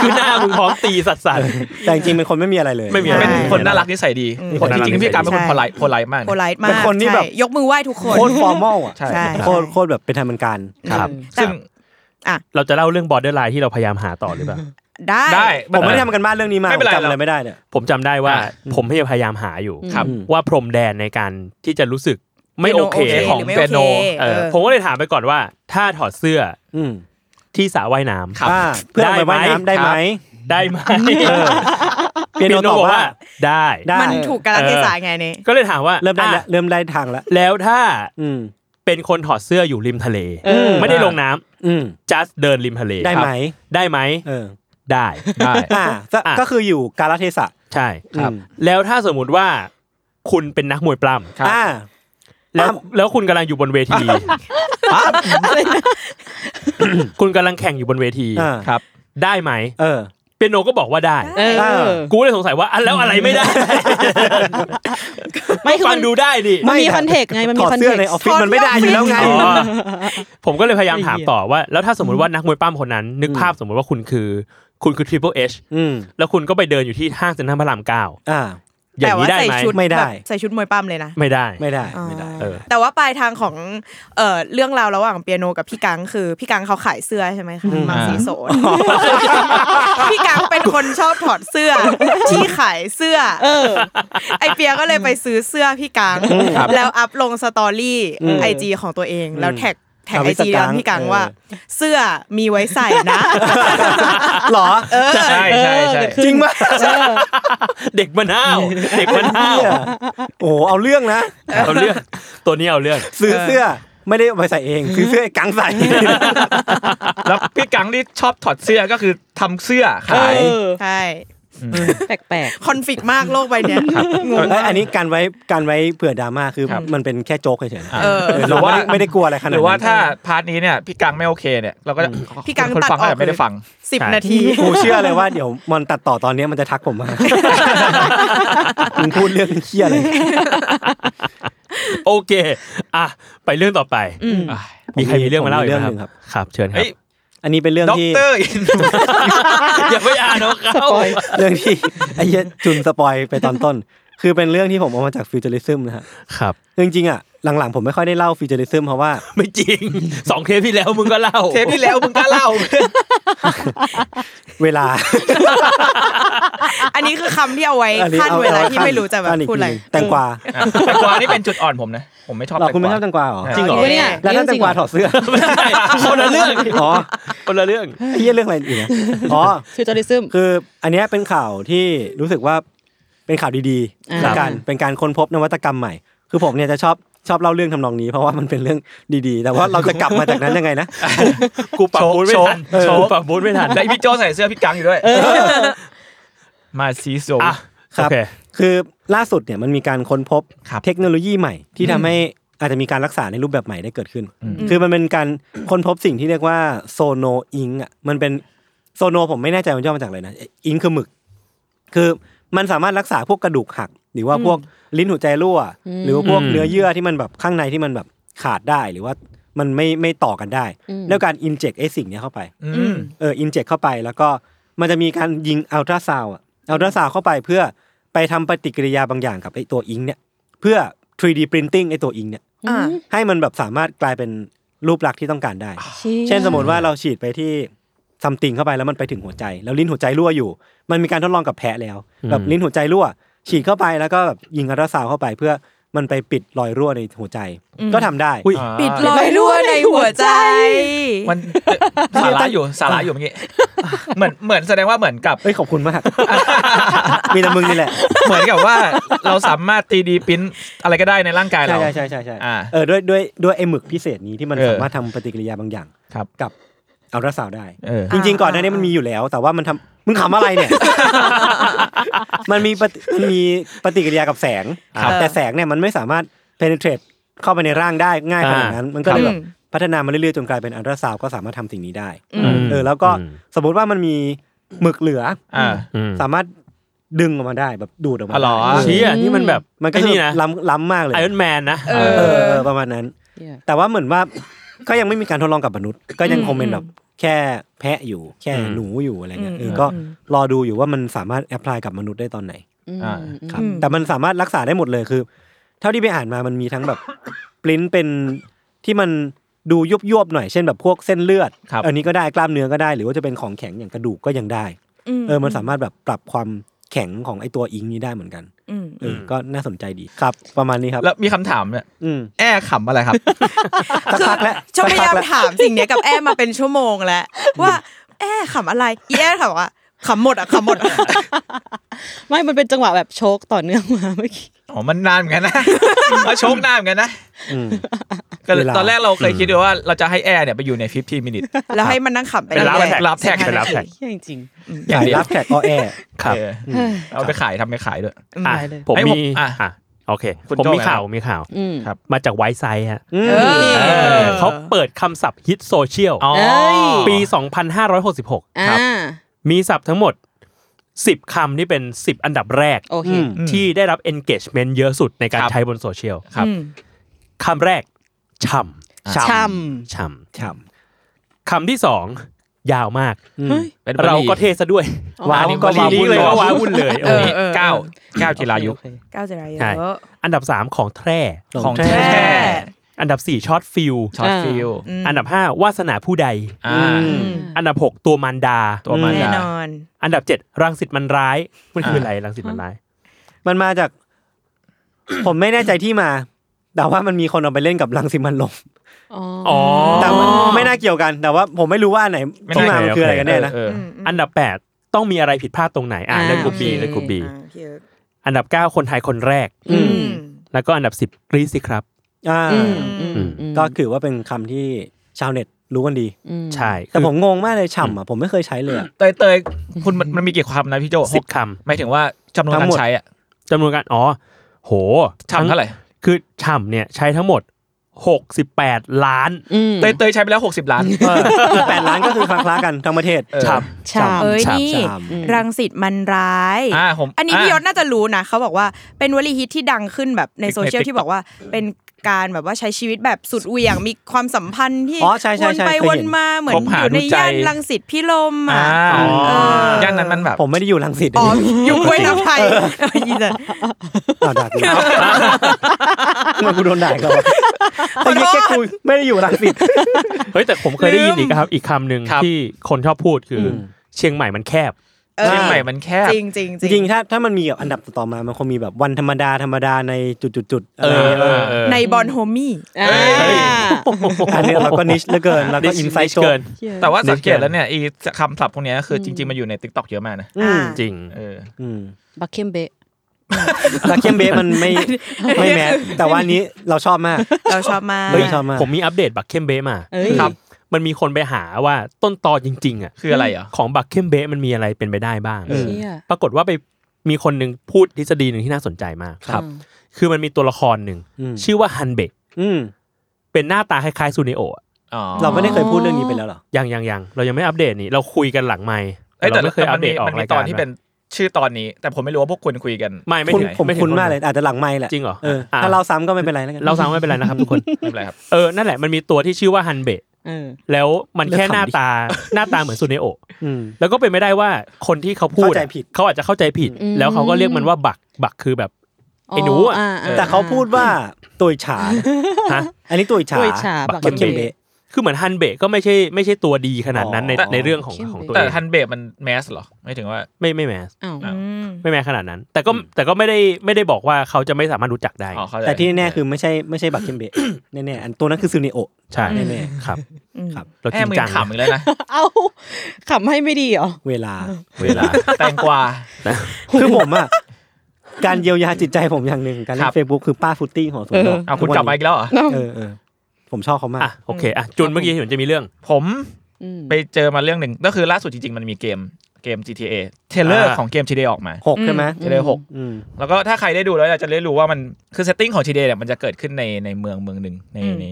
G: คือหน้ามึงพร้อมตีสัสสัส
B: แต่จริงๆเป็นคนไม่มีอะไรเลย
G: ไม่มีอะไร
C: เป็นคนน่ารักนิสัยดี
E: อืม
C: คนจริงๆพี่กังเป็นคนโพลไลโพลไลมาก
E: โพ
C: นะ
E: ไลท์มา
B: เป็น
E: ก
B: คนที่แบบ
E: ใช่ยกมือไหว้ทุกคน
B: โคตรฟอร์มอลอ่ะ
C: ใช่
E: ใช่
B: โคตรโคตรแบบเป็นทางเป็นการ
G: ครับ
E: แต่
C: ซึ่ง
G: เราจะเล่าเรื่องบอร์เดอร์ไลน์ที่เราพยายามหาต่อหรือเปล่า
E: ได้
C: ได้
B: ผมไม่ได้ทำกันบ้านเรื่องนี้มา
C: ไม่เป็นไร
B: ผมจำอะไร
C: เรา
B: ไม่ได้เนี่ย
G: ผมจำได้ว่า
C: อ่ะ
G: ผมพยายามหาอยู่
C: ครับ
B: อืม
G: ว่าพรมแดนในการที่จะรู้สึกไม่โอเค
C: เปียโนโอเค
G: ของ
E: หรืไม่
C: เปียโน
E: โอค
G: เอ
E: เอ
G: อ
E: อ
G: ผมก็เลยถามไปก่อนว่า ถ้าถอดเสื้อ
B: อืม
G: ที่สระว่ายน้ำ
C: ครับ
B: อ่าเพื่อนเอาไปว่ายน้ำ
G: ได้
B: ได้
G: ไห
B: ไห
G: ม
B: ม
G: ได้ไหม
B: เออเปียโนตอบว่า
G: ได้
B: ได้
E: มันถูกกาลเทศะไงนี่
G: ก็เลยถามว่า
B: เริ่มได้ละ
G: อ่ะ
B: เริ่มได้ทางละ
G: แล้วถ้า
B: อืม
G: เป็นคนถอดเสื้ออยู่ริมทะเล
H: เออ
G: ไม่ได้ลงน้ำ
B: อืม
G: just เดินริมทะเล
B: ได้ไหม
G: ได้ไหม
B: เออ
G: ได้
C: ได้
B: อ่าก็
G: อ่ะ
B: ก็คืออยู่กาลเทศะ
G: ใช่
C: ครับ
B: อืม
G: แล้วถ้าสมมุติว่าคุณเป็นนักมวยปล้
C: ครับ
B: อ่า
G: ำแล้ว
B: ปล้
G: แล้วคุณกำลังอยู่บนเวที คุณกำลังแข่งอยู่บนเวที
B: อ่า
C: ครับ
G: ได้ไหม
B: เออ
G: เปียโนก็บอกว่าได้
H: เออ
B: เออ
G: กูเลยสงสัยว่าอันแล้วอะไรไม่ได้
H: ไม่คือ
G: ฟั
H: มั
G: ง
H: น
G: ดูได้ดิ
H: มันมี
B: ไม่
H: คอนเทกต์ไง มันมี
B: ถอด
H: คอน
B: เสื้อก
H: เทต์
B: ในออฟฟิศมันไม่ได้อยู่แล้วไง
G: อ๋อผมก็เลยพยายามถาม
H: ไอ้เหี้ย
G: ต่อว่า แล้วถ้าสมมติว่านักมวยปล้ำคนนั้น นึกภาพสมมติว่าคุณคือ คุณคือ Triple H
B: อืม
G: แล้วคุณก็ไปเดินอยู่ที่ห้างเซ็นทรัลพระรามเก้า
B: อ่า
G: อย่างนี้ได้
E: แต่ว่ใส่
G: ไหม
E: ชุด
B: ไม่ได้
E: แบบใส่ชุดมวยปั้มเลยนะ
G: ไม่ได้
B: ไม่ได้ไม่ได้
G: เออ
E: แต่ว่าปลายทางของเอ่อเรื่องราวระหว่างเปียโนกับพี่กังคือพี่กังเขาขายเสื้อใช่ไหมคะมังสีโสน พี่กังเป็นคนชอบถอดเสื้อ ที่ขายเสื้อ
H: เออ
E: ไอเปียก็เลยไปซื้อเสื้อพี่กังแล้วอัพลงสตอรี่ไอจีของตัวเองแล้วแท็กแท็ก
B: เอา
E: ไอ
B: ไว้
E: จี
B: กับกัง
E: พี่กัง
B: เออ
E: ว่า เสื้อมีไว้ใส่นะ
B: หรอ
C: ใช่ใช่ใช่
B: จริงมาก
G: เด็กมะนาวเด็กมะนาว
B: โอ้โหเอาเรื่องนะ
G: เอาเรื่องตัวนี้เอาเรื่อง
B: ซื้อเสื้อไม่ได้เอาไปใส่เองซื้อเสื้อไอ้กังใส่
C: แล้วพี่กังนี่ชอบถอดเสื้อก็คือทำเสื้อ
H: เอ
C: ขาย
H: อ
E: ใช่
H: แปลก
E: คอนฟ lict มากโลกใบเนี้ย
B: เอ้ยอันนี้การไว้การไว้เผื่อดราม่าคือมันเป็นแค่โจ๊กเฉยๆนะ
C: อ่ะ
E: เออ
B: เออเราไม่ได้ไม่ได้กลัวอะไรขนาด
C: ห
B: นั้น
C: รือว่าถ้าพาร์ทนี้เนี่ยพี่กังไม่โอเคเนี่ยเราก็จะ
E: พี่กัง
C: คน
E: ตัด
C: ฟัง
E: อ
C: ก็
E: อก
C: จะไม่ได้ฟัง
E: สิบ
G: ใช่
E: นาที
B: กูเชื่อเลยว่าเดี๋ยวมันตัดต่อตอนเนี้ยมันจะทักผมมามึงพูดเรื่องเคี้ยอะไร
G: โอเคอ่ะไปเรื่องต่อไปมีใครมีเรื่องมาเล่าอีก
B: เรื่อง
G: ไห
B: ห
G: ม
B: นึ่งค
G: ค
B: รับ รับ
G: ครับเชิญครับ
C: เอ้ย
B: อันนี้เป็นเรื่อง
C: ด็อก
B: ที่
C: เตอร์อิ น
G: อย่าไปอ่านเอาเขา
B: เรื่องที่ไอ้เหี้ยจุนสปอยไปตอนต้น คือเป็นเรื่องที่ผมเอามาจากฟิวเจอริซึมนะฮะ
G: ครับ
B: จริงๆอ่ะหลังๆผมไม่ค่อยได้เล่าฟิวเจอริซึมเพราะว่า
G: ไม่จริงสองเทปที่แล้วมึงก็เล่า
C: เทปที่แล้วมึงก็เล่า
B: เวลา
E: อันนี้คือคำที่เอาไว้คาดเวลาที่ไม่รู้จะแบบ
B: อันนี้
E: พูดอะไร
B: แตงกวา
C: แตงกวานี่เป็นจุดอ่อนผมนะ ผมไม่ชอบ
B: เหรา
C: แตง
B: คุณ
C: ก
B: ไม่
C: วา
B: ชอบแตงกวาเหรอ
C: จริงเหรอ
H: ๆกูเนี่ย
B: แล้วถ้าแตงกวาถอดเสื้อ
G: ไม่ใช่คนละเรื่อง
B: อ๋อ
G: คนละเรื่อง
B: ไอ้เหี้ยเรื่องอะไรอีกนะอ๋อ
H: ฟิวจอริซึม
B: คืออันเนี้ยเป็นข่าวที่รู้สึกว่าเป็นข่าวดีๆเป็
H: อ่า
B: นการเป็นการค้นพบนวัตกรรมใหม่ คือผมเนี่ยจะชอบชอบเล่าเรื่องทำนองนี้ เพราะว่ามันเป็นเรื่องดีๆ แต่ว่าเราจะกลับมาจากนั้นยังไงนะ
G: กูปรับบูทไม่ทัน
C: โชว์โชว์
G: กูปรับบูทไม่ทัน
C: และพี่โจใส่เสื้อพี่กังอยู่ด้วย มาซีโซ
G: อ่ะ
B: ครั
G: โอบ เค
B: คือล่าสุดเนี่ยมันมีการค้นพบ
C: ครับ
B: เทคโนโลยีใหม่ ที่ทำให้อาจจะมีการรักษาในรูปแบบใหม่ได้เกิดขึ้น
C: อืม
B: คือมันเป็นการค้นพบสิ่งที่เรียกว่าโซโนอิงอ่ะมันเป็นโซโนผมไม่แน่ใจมันย่อมาจากอะไรนะอิงคือหมึก คือ มันสามารถรักษาพวกกระดูกหัก หรือว่า
H: อืม
B: พวกลิ้นหัวใจรั่ว
H: อืม
B: หรือว่าพวก
C: อืม
B: เนื้อเยื่อที่มันแบบข้างในที่มันแบบขาดได้หรือว่ามันไม่ไม่ต่อกันได้
H: อืม
B: ด้วยการอินเจกไอสิ่งเนี้ยเข้าไป
C: อื
E: อื
C: ม
E: ม
B: เอออินเจกเข้าไปแล้วก็มันจะมีการยิงอัลตราซาวอะอัลตราซาวเข้าไปเพื่อไปทำปฏิกิริยาบางอย่างกับไอตัวอิงค์เนี่ยเพื่อ 3D printing ไอตัวอิงค์เนี่ย
E: อ่า
B: ให้มันแบบสามารถกลายเป็นรูปลักษณ์ที่ต้องการได้
H: ชี่ย
B: เช่นสมมติว่าเราฉีดไปที่ซัมติงเข้าไปแล้วมันไปถึงหัวใจ แล้วลิ้นหัวใจรั่วอยู่ มันมีการทดลองกับแพะแล้วแบบลิ้นหัวใจรั่ว ฉีดเข้าไปแล้วก็แบบยิงอัลตราซาวด์เข้าไปเพื่อมันไปปิดรอยรั่วในหัวใจ
E: อืม
B: ก็ทำได้
G: อุ๊ย
E: ปิดรอยรั่วในหัวใจ
C: มันสาระอยู่สาระอยู่เมื่อกี้เหมือนเหมือนแสดงว่าเหมือนกับ
B: เอ้ยขอบคุณมาก มีแต่มึงนี่แหละ
C: เหมือนกับว่าเราสามารถตีดีปิ้นอะไรก็ได้ในร่างกาย
B: ใช่
C: เรา
B: ใช่ใช่ใช่ใช่
C: อ่า
B: เออด้วยด้วยด้วยไอ้หมึกพิเศษนี้ที่มัน
C: เออ
B: สามารถทำปฏิกิริยาบางอย่าง
C: ครับ
B: กับอัลตราซาวด์ได้
C: เออ
B: จริงๆ
E: อ่า
B: ก่อนหน้านี้มันมีอยู่แล้ว แต่ว่ามันทำมึงขำอะไร เนี่ย มันมีปฏิมันมีปฏิกิริยากับแสง
C: ครับ
B: แต่แสงเนี่ยมันไม่สามารถ penetrate เข้าไปในร่างได้ง่ายขนาดนั้น มันก็เลยแบบพัฒนามาเรื่อยๆ จนกลายเป็นอัลตราซาวด์ก็สามารถทำสิ่งนี้ได้
E: อืม
B: เออแล้วก็
G: อืม
B: สมมติว่ามันมีหมึกเหลืออ
C: อ่า
G: อืม
B: สามารถดึงออกมาได้แบบดูดออกมา
C: อ๋อเหรอ
B: ได้
G: เชี่ยนี่มันแบบ
B: มันก็
G: ไอ้
B: คือ
G: นี่นะ
B: ล้ำล้ำมากเลย
G: ไอรอนแมนนะ
E: เอ
B: เออ
E: อ
B: เออประมาณนั้น
H: เหี้ย
B: แต่ว่าเหมือนว่า ก็ยังไม่มีการทดลองกับมนุษย์ ก็ยัง
E: อืม
B: คงเป็น
E: อืม
B: แบบแค่แพะอยู่ แค่
G: อืม
B: หนูอยู่อะไรเงี้ยเออ
C: ม
B: อก็รอดูอยู่ว่ามันสามารถแอพพลายกับมนุษย์ได้ตอนไหน
H: อืม
C: อ่า
B: ครับ
E: อืม
B: แต่มันสามารถรักษาได้หมดเลยคือ เท่าที่ไปอ่านมามันมีทั้งแบบ ปริ้นเป็นที่มันดูยุบยบๆหน่อยเช่นแบบพวกเส้นเลือด
C: ครับ
B: อันนี้ก็ได้กล้ามเนื้อก็ได้ หรือว่าจะเป็นของแข็งอย่างกระดูกก็ยังได้ เออมันสามารถแบบปรับความแข็งของไอตัวอิงนี้ได้เหมือนกัน
E: อืม
B: เออก็น่าสนใจดีครับ ประมาณนี้ครับ
C: แล้วมีคำถามเนี่ย
B: อืม
C: แอ้ขำอะไรครับ
B: สักพักแล้ว
E: ชอบพยายาม
B: สักพักแล้ว
E: ถามสิ่งเนี้ยกับแอมมาเป็นชั่วโมงแล้ว ว่าแอมขำอะไรอีแอมถามว่าขำหมดอ่ะขำหม ดอะ
H: ไม่มันเป็นจังหวะแบบโชกต่อเนื่องมาเมื่อกี้
C: อ๋อ มันนานเหมือนกันนะ มาโชคนานเหมือนกันนะ
B: อืม
C: ก็เลย
B: เวลา
C: ตอนแรกเราเคยคิดอยู่ว่าเราจะให้แอร์เนี่ยไปอยู่ใน 15 minute
E: แล้วให้มันนั่งขำไป
C: เป็นรับ
E: อย
C: แท็ก
E: ๆ
C: รับแท็ก
E: สิ
C: เป็น
E: ห้า
C: รับแท็ก
E: นาที
H: เหี้ยจริง
C: อย่า
B: สาง ย
C: เดียว
B: รับแขกออแอ
G: ครับ
C: เออ
H: ๆเฮ้ย
C: เอาไปขายทำไปขายด้วย
E: อืม
H: ไป
G: อ่ะ
H: เลย
G: ผม
C: ให้ผม
G: มี
C: อ่ะ
G: อ่ะโอเค
C: คุณ
G: ผม
C: โจ้
G: มี
C: ไง
G: ข่าวมีข่าว
H: อืม
C: ครับ
G: มาจากไวซ์ไซฮะ
B: อืม
E: เออ
C: เออ
G: เขาเปิดคำศัพท์ฮิตโซเชียล
C: อ๋อ
H: เอ้ย
G: ปี 2566
H: อ่า
G: มีศัพท์ทั้งหมด 10 คำที่เป็น 10 อันดับแรก
H: โอเค
B: อืม
G: ที่ได้รับ engagement เยอะสุดในการ
C: ครับ
G: ใช้บนโซเชียล
C: ครับ
E: อืม
G: คำแรกช่
C: ช้ำ
H: ช่
G: ำช่
B: ฉ่
G: ำคำที่สองยาวมาก
B: ำอืม
C: ป็นบอดี้
G: เราก็เทซะด้วย
B: ว้าว
C: อันนี้
B: ก็
C: บอดี้
B: ว้าวุ่นเลย
G: ว้าวุ่นเลย
C: เอ
G: เอ
C: อ
G: อ
C: เออเก้าเก้า
H: ำ
C: จิรายุ
H: โอเคโอเค
E: ก้าวเจรายุ
G: อันดับสามของแทร่
C: ของแท้
G: อันดับสี่ช็อตฟิล
C: ช็อตฟิล
E: อืม
G: อันดับห้าวาสนาผู้ใด
C: อ่า
B: อืม
G: อันดับหกตัวมันดา
C: ตัวมัน
E: แน่
C: ดาน
E: อน
G: อันดับเจ็ดรังสิตมันร้าย มันคืออะไรรังสิตมันร้าย
B: มันมาจาก ผมไม่แน่ใจที่มา แต่ว่ามันมีคนเอาไปเล่นกับรังสิมันลม
H: อ๋อ
G: อ๋อ
B: แต่มันไม่น่าเกี่ยวกัน แต่ว่าผมไม่รู้ว่าอันไหนที่มามันคืออะไรกันแน่นะ
C: เออ
E: ม
G: อันดับแปดต้องมีอะไรผิดพลาดตรงไหน อ่า
H: า
G: เลือกกลุ่มบี
H: โอเค
G: เลือกกลุ่มบี
E: อ่าเกี่ยว
G: อันดับเก้าคนไทยคนแรก
E: อืม
G: แล้วก็อันดับสิบกรีซสิครับ
B: อ่า
H: อืมอืมอืม
B: ก็ถือว่าเป็นคำที่ชาวเน็ตรู้กันดี
H: อืม
G: ใช่
B: แต่ผมงงมากเลยฉ่ำอ่ะผมไม่เคยใช้เลยอะ
C: เตยเตยคุณมันมันมีกี่คำนะพี่โจ
G: สิบค
C: หมายถึงว่าจำนวนการใช้อ่ะ
G: ำจำนวนการอ๋อ โห
C: ทั้งเท่าไหร่
G: คือช่ำเนี่ยใช้ทั้งหมดหกสิบแปดล้าน
H: อืม
C: เตยเตยใช้ไปแล้ว 60 ล้าน
B: แปดล้านก็คือคลาๆกันทั้งประเทศ
C: เออ
G: ช่
H: ชาม
E: เอ้ย
B: ฉ่ำ
E: นี่
B: ฉ่ำ
E: รังสิตมันร้าย
C: อ่าผม
E: อันนี้พี่ยศ
C: ะ
E: น่าจะรู้นะเขาบอกว่าเป็นวลีฮิตที่ดังขึ้นแบบในโซเชียล
C: TikTok
E: ที่บอกว่าเป็นการแบบว่าใช้ชีวิตแบบสุดเหวี่ยง มีความสัมพันธ์ที่
B: อ๋อใช่ใช่
E: วน
B: ใช่
E: ไป
B: เคยเห็น
E: วนมาเหมือน
C: คบหา
E: อยู่ใน
C: ดูใจ
E: ย่านรังสิตพิลม
C: อ่า
E: อ่ะ เออ
C: ย่านนั้นมันแบบ
B: ผมไม่ได้อยู่รังสิต
E: อ๋ออยู่กล้วยน้ำไทย อีสัน
B: อ้าวด่ากูทำไมกูโดนด่าอีก็ไอ้ยี่แกกูไม่ได้อยู่รังสิต
G: เฮ้ยแต่ผมเคยได้ยินอีกครับ อีกคำหนึ่ง
C: ครับ
G: ที่คนชอบพูดคืออ
B: ม
G: เชียงใหม่มันแคบ
E: เออ
C: เชียงใหม่มันแคบ
E: จริงจริง
B: จริงๆถ้าถ้ามันมีแบบอันดับต่อๆมา มันคงมีแบบวันธรรมดาธรรมดาในจุดจุดจุดๆๆอะไรอย่างเงี้ย
C: เออเออ
E: ในบอลโฮมี่
H: อ่า
B: อันเนี้ยเราก็นิชเหลือเกินเราก็
G: Niche-
B: อินไซต์
G: niche
B: เกิ
G: เกิ
B: น
G: น
C: แต่ว่าสังเกตแล้วเนี่ยไอีคำศัพท์พวกเนี้ยคือจริง ๆ มันอยู่ใน t ิ k t o k เยอะมากนะ
E: อ่า
G: จริง
C: เออ
B: อืม
H: บักเคมเบะ
B: แต่เข้มเบสมันไม่ไม่แมสแต่ว่าอันนี้เราชอบมาก
E: เราชอบมาก
B: เฮ้ย
E: ช
B: ช
E: อบ
B: อบมาก
G: ผมมีอัปเดตบักเข้มเบ้มา
H: เอ้ย
G: ครับ มันมีคนไปหาว่าต้นตอจริง ๆ อ่ะ
C: คืออะไรเหรอ
G: ของบักเข้มเบ้มันมีอะไรเป็นไปได้บ้าง
B: เออ
H: เชี่ย
G: ปรากฏว่าไปมีคนหนึ่งพูดทฤษฎีหนึ่งที่น่าสนใจมาก
B: ครับ
G: คือมันมีตัวละครหนึ่ง
B: อืม
G: ชื่อว่าฮันเบก
B: อืม
G: เป็นหน้าตาคล้ายๆซูเนโอะ
C: อ๋อ
B: เราไม่ได้เคยพูดเรื่องนี้ไปแล้วเหรอ
G: ยังยังยังเรายังไม่อัปเดตนี่เราคุยกันหลังไม่
C: เอ้ยแต่
G: เราไม่เคยอั
C: มั
G: ป
C: น
G: เด
C: มี
G: ตออก
C: มันมี
G: ราย
C: ต
G: การ
C: อนที่เป็น ชื่อตอนนี้ แต่ผมไม่รู้ว่าพวกคุณคุยกัน
G: ไม่ไม่
B: คุณ
G: ถึง
B: ผม
G: ไถึง
B: คุ้น
G: คน
B: มาก
G: นั้น
B: เลยอาจจะหลังไม่แหละ
G: จริงเหรอ
B: อ
G: อ่ะ
B: ถ้าเราซ้ำก็ไม่เป็นไรแล้วกัน
G: เราสร้างไม่เป็นไรนะครับทุกคน
C: ไม่เป็นไรครับ
G: เออนั่นแหละมันมีตัวที่ชื่อว่าฮันเบะ
H: เออ
G: แล้วมันแค่
D: เลิกขำดิ
G: หน้าตาหน้าตาเหมือนซูเนโอะ
B: อืม
G: แล้วก็เป็นไม่ได้ว่าคนที่เขาพูด
B: เข้าใจผิด
G: เขาอาจจะเข้าใจผิด
H: อืม
G: แล้วเขาก็เรียกมันว่าบักบักคือแบบ ไอ้หนูอะ
H: อ่าอ่
B: แต่เขาพูดว่าตัวอิจฉา
G: ฮะ
B: อันนี้ตัวอิจฉา
H: ด้วยฉา
G: บั
H: บั
G: ก
H: ก
G: เข็ม
H: เข
G: เบะ
H: มเบะ
G: คือเหมือนฮันเบะก็ไม่ใช่ไม่ใช่ตัวดีขนาดนั้นใน
B: อ๋อ
G: ในเรื่องของของตัว
C: แต่
G: เอง
C: ฮันเบะมันแมสเหรอไม่ถึงว่า
G: ไม่ไม่แมส
H: อ้าว
C: อ่ะ
E: อืม
G: ไม่แมสขนาดนั้น แต่ก็แต่ก็ไม่ได้ไม่ได้บอกว่าเขาจะไม่สามารถรู้จักได้
C: อ๋อเข้าใจ
B: แต่ที่แน่ๆคือไม่ใช่ไม่ใช่บักเคน เบะ แน่ๆอันตัวนั้นคือซูเนโอะ
G: ใช่
B: แน่
G: ครับ
E: อืม
B: ครับ
G: เรา
C: แอ
G: จริ
C: บ
G: ง
C: มึง
G: จัง
C: ขำอีกแล้วนะ
H: เอาขำให้ไม่ดีเหรอ
B: เว ลา
G: เวลา
C: แตงกวา
B: คือผมอ่ะ การเยียวยาจิตใจผมอย่างหนึ่งการเล่
C: ครั
B: น
C: บ
B: เฟซบุ๊กคือป้าฟุตตี้ของสวนดอก
C: เอาคุณกลับมาอีกแล้วเหรอ
B: เออเออผมชอบเขามาก
G: อ่ะโอเคอ่ะจุนเมื่อกี้เห็นจะมีเรื่อง
C: ผม
H: อืม
C: ไปเจอมาเรื่องหนึ่งก็คือล่าสุดจริงๆ มันมีเกมเกม GTA เทเลอร์
G: อ่า
C: ของเกม GTA ออกมา
B: หกใช่ไหม
C: GTA หก
B: อืม
C: แล้วก็ถ้าใครได้ดูแล้วจะได้รู้ว่ามันคือเซตติ้งของ GTA เนี่ยมันจะเกิดขึ้นในในเมืองเมืองหนึ่งใน
E: อืม
C: ใน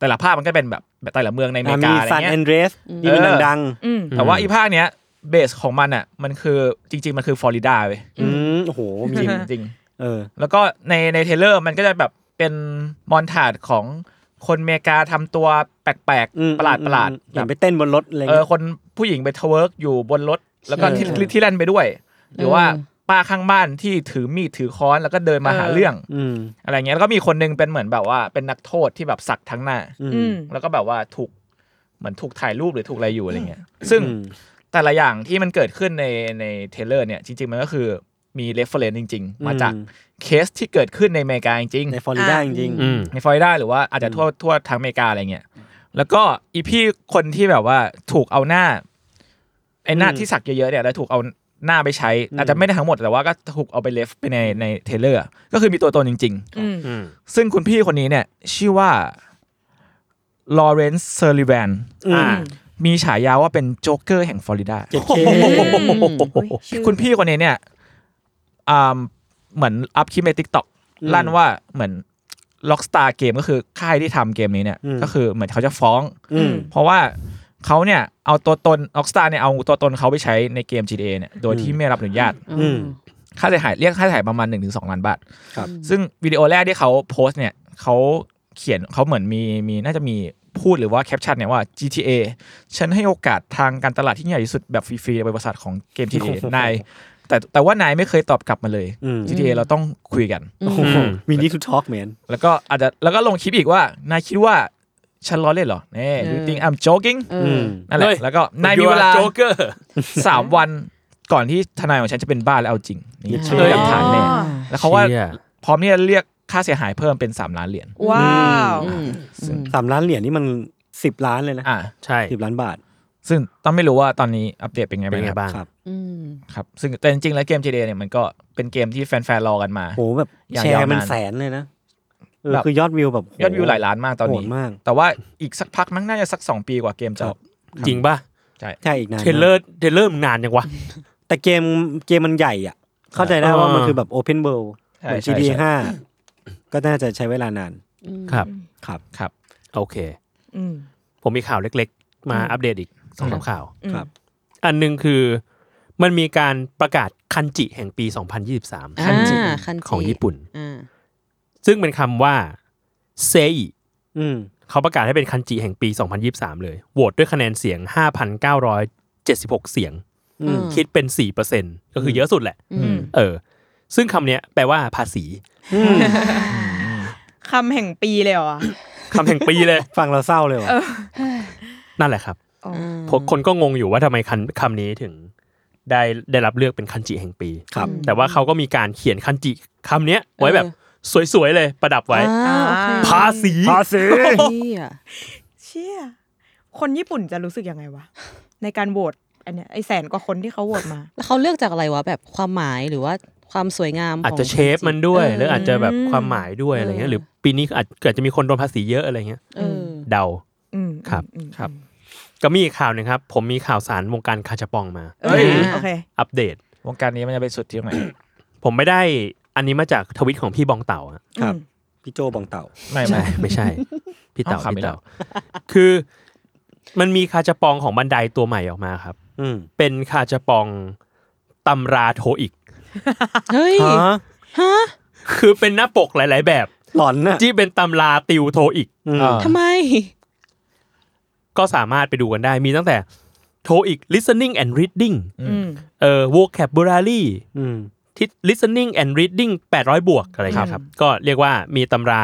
C: แต่ละภาพมันก็เป็นแบบแบบแต่ละเมืองในอเม
B: อ่ะ
C: ริ
B: มี
C: กาอะไร
B: ซัน
C: เงี้
B: แอย นเดรสที่เป็นดัง
E: อืม
C: แต่ว่าอีภาคเนี้ยเบสของมันอ่ะมันคือจริง ๆ มันคือฟลอริดาเว้ย
B: ๆอืมโอ้โหมี
C: จริงจริง
B: เออ
C: แล้วก็ในในเทรลเลอร์มันก็จะแบบเป็นมอนทาดของคนอเมริกาทำตัวแปลก
B: อืม
C: ๆ ประหลาดประหลาด
B: เห็นไปเต้นบนรถอะไร
C: เออ
B: เงี้ย
C: คนผู้หญิงไปทเวิร์กอยู่บนรถ แล้วก็ที่
B: ใช่
C: ที่แล่นไปด้วย หรือว่าป้าข้างบ้านที่ถือมีดถือค้อนแล้วก็เดินมาหาเรื่อง
B: อืม
C: อะไรเงี้ยแล้วก็มีคนหนึงเป็นเหมือนแบบว่าเป็นนักโทษที่แบบสักทั้งหน้า
B: อื
E: อื
B: ม
E: ม
C: แล้วก็แบบว่าถูกเหมือนถูกถ่ายรูปหรือถูกอะไรอยู่อะไรเงี้ยซึ่ง แต่ละอย่างที่มันเกิดขึ้นในในเทเลอร์เนี่ยจริงๆ มันก็คือมีเรฟเฟรนจริง ๆ มาจากเคสที่เกิดขึ้นในอเมริกาจริง
B: ในฟลอริดา
E: อ่ะ
B: จริง
G: อืม
C: ๆในฟลอริดาหรือว่าอาจจะทั่วทั่วทั้งอเมริกาอะไรเงี้ยแล้วก็อีพี่คนที่แบบว่าถูกเอาหน้าไอ้หน้าที่สักเยอะๆเนี่ยแล้วถูกเอาหน้าไปใช้ อาจจะไม่ได้ทั้งหมดแต่ว่าก็ถูกเอาไปเลฟไปในในเทเลอร์ก็คือมีตัวตนจริง
E: อืม
G: อืม
C: ๆ ซึ่งคุณพี่คนนี้เนี่ยชื่อว่าลอเรนซ์เซอร์ลิแวน
G: อ่า
C: มีฉายาว่าเป็นโจ๊กเกอร์แห่งฟลอริดา
B: เจ็ดเค
C: คุณพี่คนนี้เนี่ยอ่าเหมือนอัพคลิปในทิกตอกลั่นว่าเหมือนล็อกสตาร์เกมก็คือค่ายที่ทำเกมนี้เนี่ย ก็คือเหมือนเขาจะฟ้อง
B: อืม
C: เพราะว่าเขาเนี่ยเอาตัวตนล็อกสตาร์เนี่ยเอาตัวตนเขาไปใช้ในเกม GTA เนี่ยโดยที่ไม่รับอนุญาต
B: อืม
C: ค่าเสียหายเรียกค่าเสียหายประมาณ1นถึงสล้านบาท
B: ครับ
C: ซึ่งวิดีโอแรกที่เขาโพสต์เนี่ยเขาเขียนเขาเหมือนมีมีน่าจะมีพูดหรือว่าแคปชั่นเนี่ยว่า GTA ฉันให้โอกาสทางการตลาดที่ใหญ่ที่สุดแบบฟรีๆในบริษัทของเกม GTA นายแต่แต่ว่านายไม่เคยตอบกลับมาเลย
B: อืม
C: GTA เราต้องคุยกัน
B: โอ้โหมีนี่ทูทอล์กแมน
C: แล้วก็อาจจะแล้วก็ลงคลิปอีกว่านายคิดว่าฉันล้อเล่นเหรอเน่ do you think I'm joking
H: เอ
B: อื
H: อ
B: ม
C: นั่นแหละแล้วก็นายมีเวลา
G: โจ๊กเกอร์
C: สามวันก่อนที่ทนายของฉันจะเป็นบ้าแล้วเอาจริงนี่
B: เชื่
C: เชื่
B: อ
C: อหลักฐานแน่
E: อ๋อ
C: แล้วเขาว่า พร้อมที่จะเรียกค่าเสียหายเพิ่มเป็น 3 ล้านเหรียญ
E: ว้าว
H: อืมอืม
B: สามล้านเหรียญนี่มันสิบล้านเลยนะ
C: อ่า
G: ใช่
B: สิบล้านบาท
C: ซึ่งต้องไม่รู้ว่าตอนนี้อัปเดตเป็นไง
G: เป็นไง
C: บ้างครับ
G: บ้าง
B: ครับ
H: อืม
C: ครับ ซึ่งแต่จริงๆ แล้วเกม GTA เนี่ยมันก็เป็นเกมที่แฟนๆ รอกันมา
B: โหแบบ
C: อย่าง
B: แช
C: ยาว
B: ร์มัน
C: นาน
B: แสนเลยนะเออ
C: แบบ
B: คือยอดวิวแบบโ
C: ยอดวิวหลายล้านมากตอนนี้
B: โหดมาก
C: แต่ว่าอีกสักพักมั้งน่าจะสัก 2 ปีกว่าเกมจะออก
G: จริงป่ะ
B: ใช่อีกนาน
G: เทรลเลอร์เทรลเลอร์มันนานยังวะ
B: แต่เกมเกมมันใหญ่อ่ะ เข้าใจได้
G: เออ
B: ว่ามันคือแบบโอเพนเวิลด์
C: ใช่
B: เหมือน
C: ใช่
B: GTA
C: ใช่
B: ห้าก็น่าจะใช้เวลานาน
H: อืม
G: ครับ
B: ครับ
G: โอเค
E: อืม
G: ผมมีข่าวเล็กๆ มา
E: อืม
G: อัปเดตอีกสองสามข่าว
B: ครับ
G: อันหนึ่งคือมันมีการประกาศคันจิแห่งปี 2023
H: อ่าคันจิ
G: ของญี่ปุ่น
H: อ่า
G: ซึ่งเป็นคำว่าเซอิ
B: อืม
G: เขาประกาศให้เป็นคันจิแห่งปี 2023 เลย โหวตด้วยคะแนนเสียง 5,976 เสียง
B: อืม
G: คิดเป็น 4%ก็คือเยอะสุดแหละ
H: อืม
G: เออ ซึ่งคำเนี้ยแปลว่าภาษี
B: อืม
E: คำแห่งปีเลยเหรอ
G: คำแห่งปีเลย
B: ฟังเราเศร้าเลยว่ะ
G: นั่นแหละครับ
H: อ่า
G: คนคนก็งงอยู่ว่าทำไมคันคำนี้ถึงได้ได้รับเลือกเป็นคันจิแห่งปี
B: ครับ
G: แต่ว่าเขาก็มีการเขียนคันจิคำเนี้ยไว้แบบ
H: เอ
G: สวยๆเลยประดับไว้
H: อ่าโอเค
G: ภาษี
B: ภาษี
H: เหี้ย
E: เชี่ย คนญี่ปุ่นจะรู้สึกยังไงวะ ในการโหวตอันเนี้ยไอแสนกว่าคนที่เขาโหวตมา
H: แล้วเขาเลือกจากอะไรวะแบบความหมายหรือว่าความสวยงามขง
G: อาจจะเชฟมันด้วย หรืออาจจะแบบความหมายด้วยอะไรเงี้ยหรือปีนี้อาจอาจจะมีคนโดนภาษีเยอะอะไรเงี้ย
H: เออ
G: เดา
E: อืม
G: ครับ
E: อืม
C: ครับ
G: ก็มีอีกข่าวหนึ่งครับ ผมมีข่าวสารวงการคาชาปองมา
E: เอ้ย
H: อ่า
E: โอเค
G: อัปเดต
C: วงการนี้มันจะไปสุดที่ตรงไหน
G: ผมไม่ได้อันนี้มาจากทวิตของพี่บองเต่าอะ
B: ครับ พี่โจบองเต่า
C: ไม่
G: ใช่
C: ไม่
G: ไม่ใช่ พี่เต่า
C: อ้าวขำอี
G: พี่
C: กแล้
G: เต่าว คือมันมีคาจาปองของบันไดตัวใหม่ออกมาครับ
B: อืม
G: เป็นคาจาปอง ตำราโทอีก
H: เฮ้ย
B: ฮะ
H: ฮะ
G: คือเป็นหน้าปกหลาย ๆ แบบ
B: หลอนน่ะ
G: ที่เป็นตำราติวโทอีก
B: อืม
H: ทำไม
G: ก็สามารถไปดูกันได้มีตั้งแต่โทอีก listening and reading
E: อืม
G: เอ่อ vocabulary
B: อืม
G: ที่ listening and reading 800 บวกอะไรอย่างเงี้ยครับ ก็เรียกว่ามีตำรา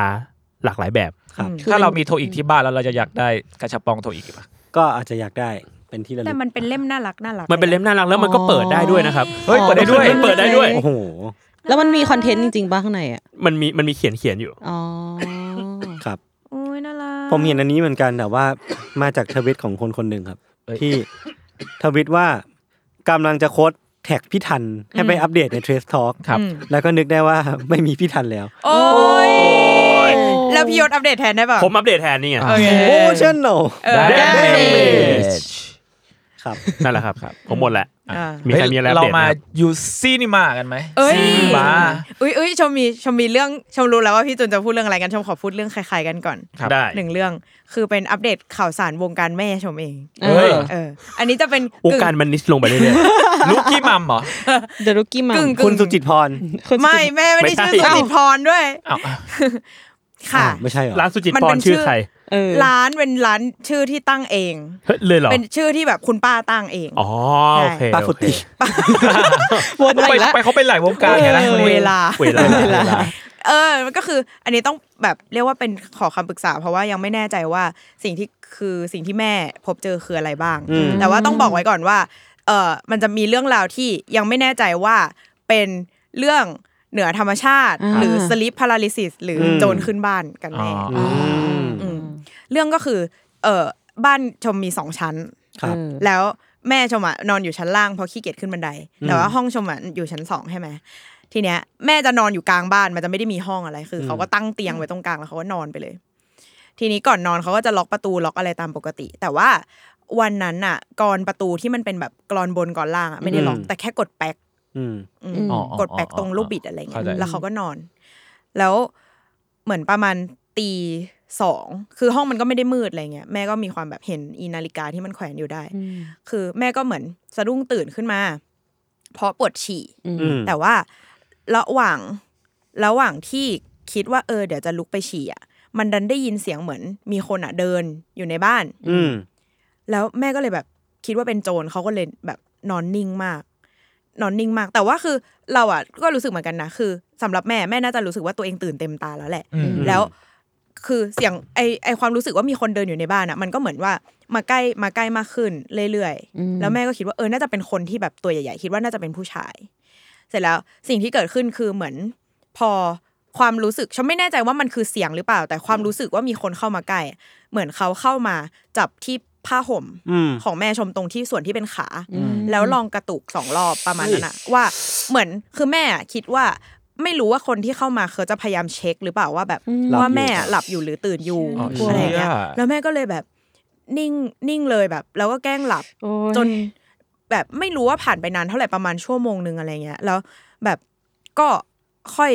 G: หลากหลายแบบ
B: ครับ
C: ถ้าเรามีโทอีกที่บ้านแล้วเราจะอยากได้กระชับปองโทอีกปะ
B: ก็อาจจะอยากได้เป็นที่ระลึ
E: แต่
B: ก
E: มันเป็นเล่มน่ารักน่ารัก
G: มันเป็นเล่มน่ารักแล้วมันก็
H: อ๋อ
G: เปิดได้ด้วยนะครับ
C: เฮ้ยเปิดได้ด้วย
G: เปิดได้ด้วย
B: โอ้โห
H: แล้วมันมีคอนเทนต์จริงๆป่ะข้างในอ่ะ
G: มันมีมันมีเขียนเขียนอยู่
H: อ๋อ
B: ครับ
E: โอ้ยน่ารัก
B: ผมเห็นอันนี้เหมือนกันแต่ว่า มาจากทวิตของคนคนหนึ่งครับ
C: เอ้ย
B: ที่ทวิตว่ากำลังจะโค้ดแท็กพี่ทันให้ไปอัปเดตในเทรสทอ l k
C: ครับ
E: อืม
B: แล้วก็นึกได้ว่า ไม่มีพี่ทันแล้ว
E: โอ้ยแล้วพี่ยศอัปเดตแทนได้ป่ะ
G: ผมอัปเดตแทนนี่ไง
C: โอเค
B: โอ้เช่นโน
E: เออ
C: ได้
G: Damage
B: ครับ
G: นั่นแหละครับผมหมดแหละ
E: อ่า
G: มีใครมีอะไรอัป
C: เรา
G: เดตไหม
C: มา
G: ครับ
C: ยูซีนิมากันไหม
E: เอ้ย
C: บ้า
E: อุ้ยอุ้ยชมมีชมมีเรื่องชมรู้แล้วว่าพี่ตุนจะพูดเรื่องอะไรกันชมขอพูดเรื่องคล้ายๆกันก่อน
C: ครับ
G: ได้
E: หนึ่งเรื่องคือเป็นอัปเดตข่าวสารวงการแม่ชมเอง
C: เฮ้ย
E: เออ อันนี้จะเป็น
G: วง
E: กึ่ง
G: การมันนิชลงไปเรื่อย
C: ลูกกี้มัมเหรอ
H: เดรุกี้มัม
E: กึ่ง
B: คุณสุจิตพร
E: ไม่แม่ไม่ได้ชื่อสุจิตพรด้วย
C: อ้าว
E: ค่ะ
B: อ้าวไม่ใช่เหรอ
G: ๆร้านสุจิต
E: มัน
G: พ
E: เป็
G: ร
E: นชื่
G: ชื่อ
E: อ
G: ใคร
H: เออ
E: ร้านเป็นร้านชื่อที่ตั้งเอง
G: เฮ้ยเลยเหรอ
E: เป็นชื่อที่แบบคุณป้าตั้งเอง
G: อ๋อโอเค
B: ป้า
G: โอ
B: ฟุต
G: เค
B: ติ
H: วนไป
C: ไป
H: แล้ว
C: ไปเขาเป็นหลายวงการไงนะคนนี้
E: เวลา
G: เวลาเวลา
E: เออ มันก็คืออันนี้ต้องแบบเรียกว่าเป็นขอคำปรึกษา เพราะว่ายังไม่แน่ใจว่าสิ่งที่คือสิ่งที่แม่พบเจอคืออะไรบ้าง
B: อืม
E: แต่ว่าต้องบอกไว้ก่อนว่า เออมันจะมีเรื่องราวที่ยังไม่แน่ใจว่าเป็นเรื่องเหนือธรรมชาติ
H: อ่า
E: หรือสลิปพาราลิซิสหรืออ
B: ม
E: โจรขึ้นบ้านกัน
C: อ๋อ
E: แน่
B: อืม
E: อืมเรื่องก็คือ เออบ้านชมมีสองชั้น
B: ครับ
E: แล้วแม่ชมอะนอนอยู่ชั้นล่างเพราะขี้เกียจขึ้นบันได แต่ว่าห้องชมอะอยู่ชั้นสองใช่ไหมทีเนี้ยแม่จะนอนอยู่กลางบ้านมันจะไม่ได้มีห้องอะไรคือเขาก็ตั้งเตียงไว้ตรงกลางแล้วเขาก็นอนไปเลย ทีนี้ก่อนนอนเขาก็จะล็อกประตูล็อกอะไรตามปกติ แต่ว่าวันนั้นอะกรอนประตูที่มันเป็นแบบกรอนบนกรอนล่างอะไม่ได้ล็อกแต่แค่กดแป๊ก
B: อืม
E: อืม
H: อืม
C: อ๋อ
E: กดแปลกตรงลูกบิดอะไร
C: เข้า
E: เงี้ย
C: ใจ
E: แล้วเขาก็นอน แล้วเหมือนประมาณตีสองคือห้องมันก็ไม่ได้มืดอะไรเงี้ยแม่ก็มีความแบบเห็นอีนาฬิกาที่มันแขวนอยู่ได้ คือแม่ก็เหมือนสะดุ้งตื่นขึ้นมา เพราะปวดฉี่
B: อืม
E: แต่ว่าระหว่างระหว่างที่คิดว่าเออเดี๋ยวจะลุกไปฉี่อ่ะมันดันได้ยินเสียงเหมือน มีคนอ่ะเดินอยู่ในบ้าน
B: อืม
E: แล้วแม่ก็เลยแบบคิดว่าเป็นโจรเขาก็เลยแบบนอนนิ่งมาก นอนนิ่งมาก แต่ว่าคือเราอ่ะก็รู้สึกเหมือนกันนะคือสำหรับแม่แม่น่าจะรู้สึกว่าตัวเองตื่นเต็มตาแล้วแหละ
C: อืม
E: แล้วคือเสียงไอไอความรู้สึกว่ามีคนเดินอยู่ในบ้านอ่ะ มันก็เหมือนว่ามาใกล้มาใกล้มากขึ้นเรื่อย
H: อืม
E: ๆแล้วแม่ก็คิดว่าเออน่าจะเป็นคนที่แบบตัวใหญ่ๆคิดว่าน่าจะเป็นผู้ชาย เสร็จแล้วสิ่งที่เกิดขึ้นคือเหมือนพอความรู้สึกฉันไม่แน่ใจว่ามันคือเสียงหรือเปล่า แต่ความรู้สึกว่ามีคนเข้ามาใกล้อะเหมือนเขาเข้ามาจับที่ผ้าห่ม
B: อืม
E: ของแม่ชมตรงที่ส่วนที่เป็นขา แล้วลองกระตุกสองรอบประมาณนั้นอะว่าเหมือนคือแม่อะคิดว่าไม่รู้ว่าคนที่เข้ามาเขาจะพยายามเช็คหรือเปล่าว่าแบบ
B: หลับอยู่
E: ว่าแม่อะหลับอยู่หรือตื่นอยู่
C: อ๋ออ
E: อะไรอย่างเงี้ย
C: เชี่ย
E: แล้วแม่ก็เลยแบบนิ่งนิ่งเลยแบบ แล้วก็แกล้งหลับ จนแบบไม่รู้ว่าผ่านไปนานเท่าไหร่ประมาณชั่วโมงหนึ่งอะไรเงี้ย แล้วแบบก็ค่อย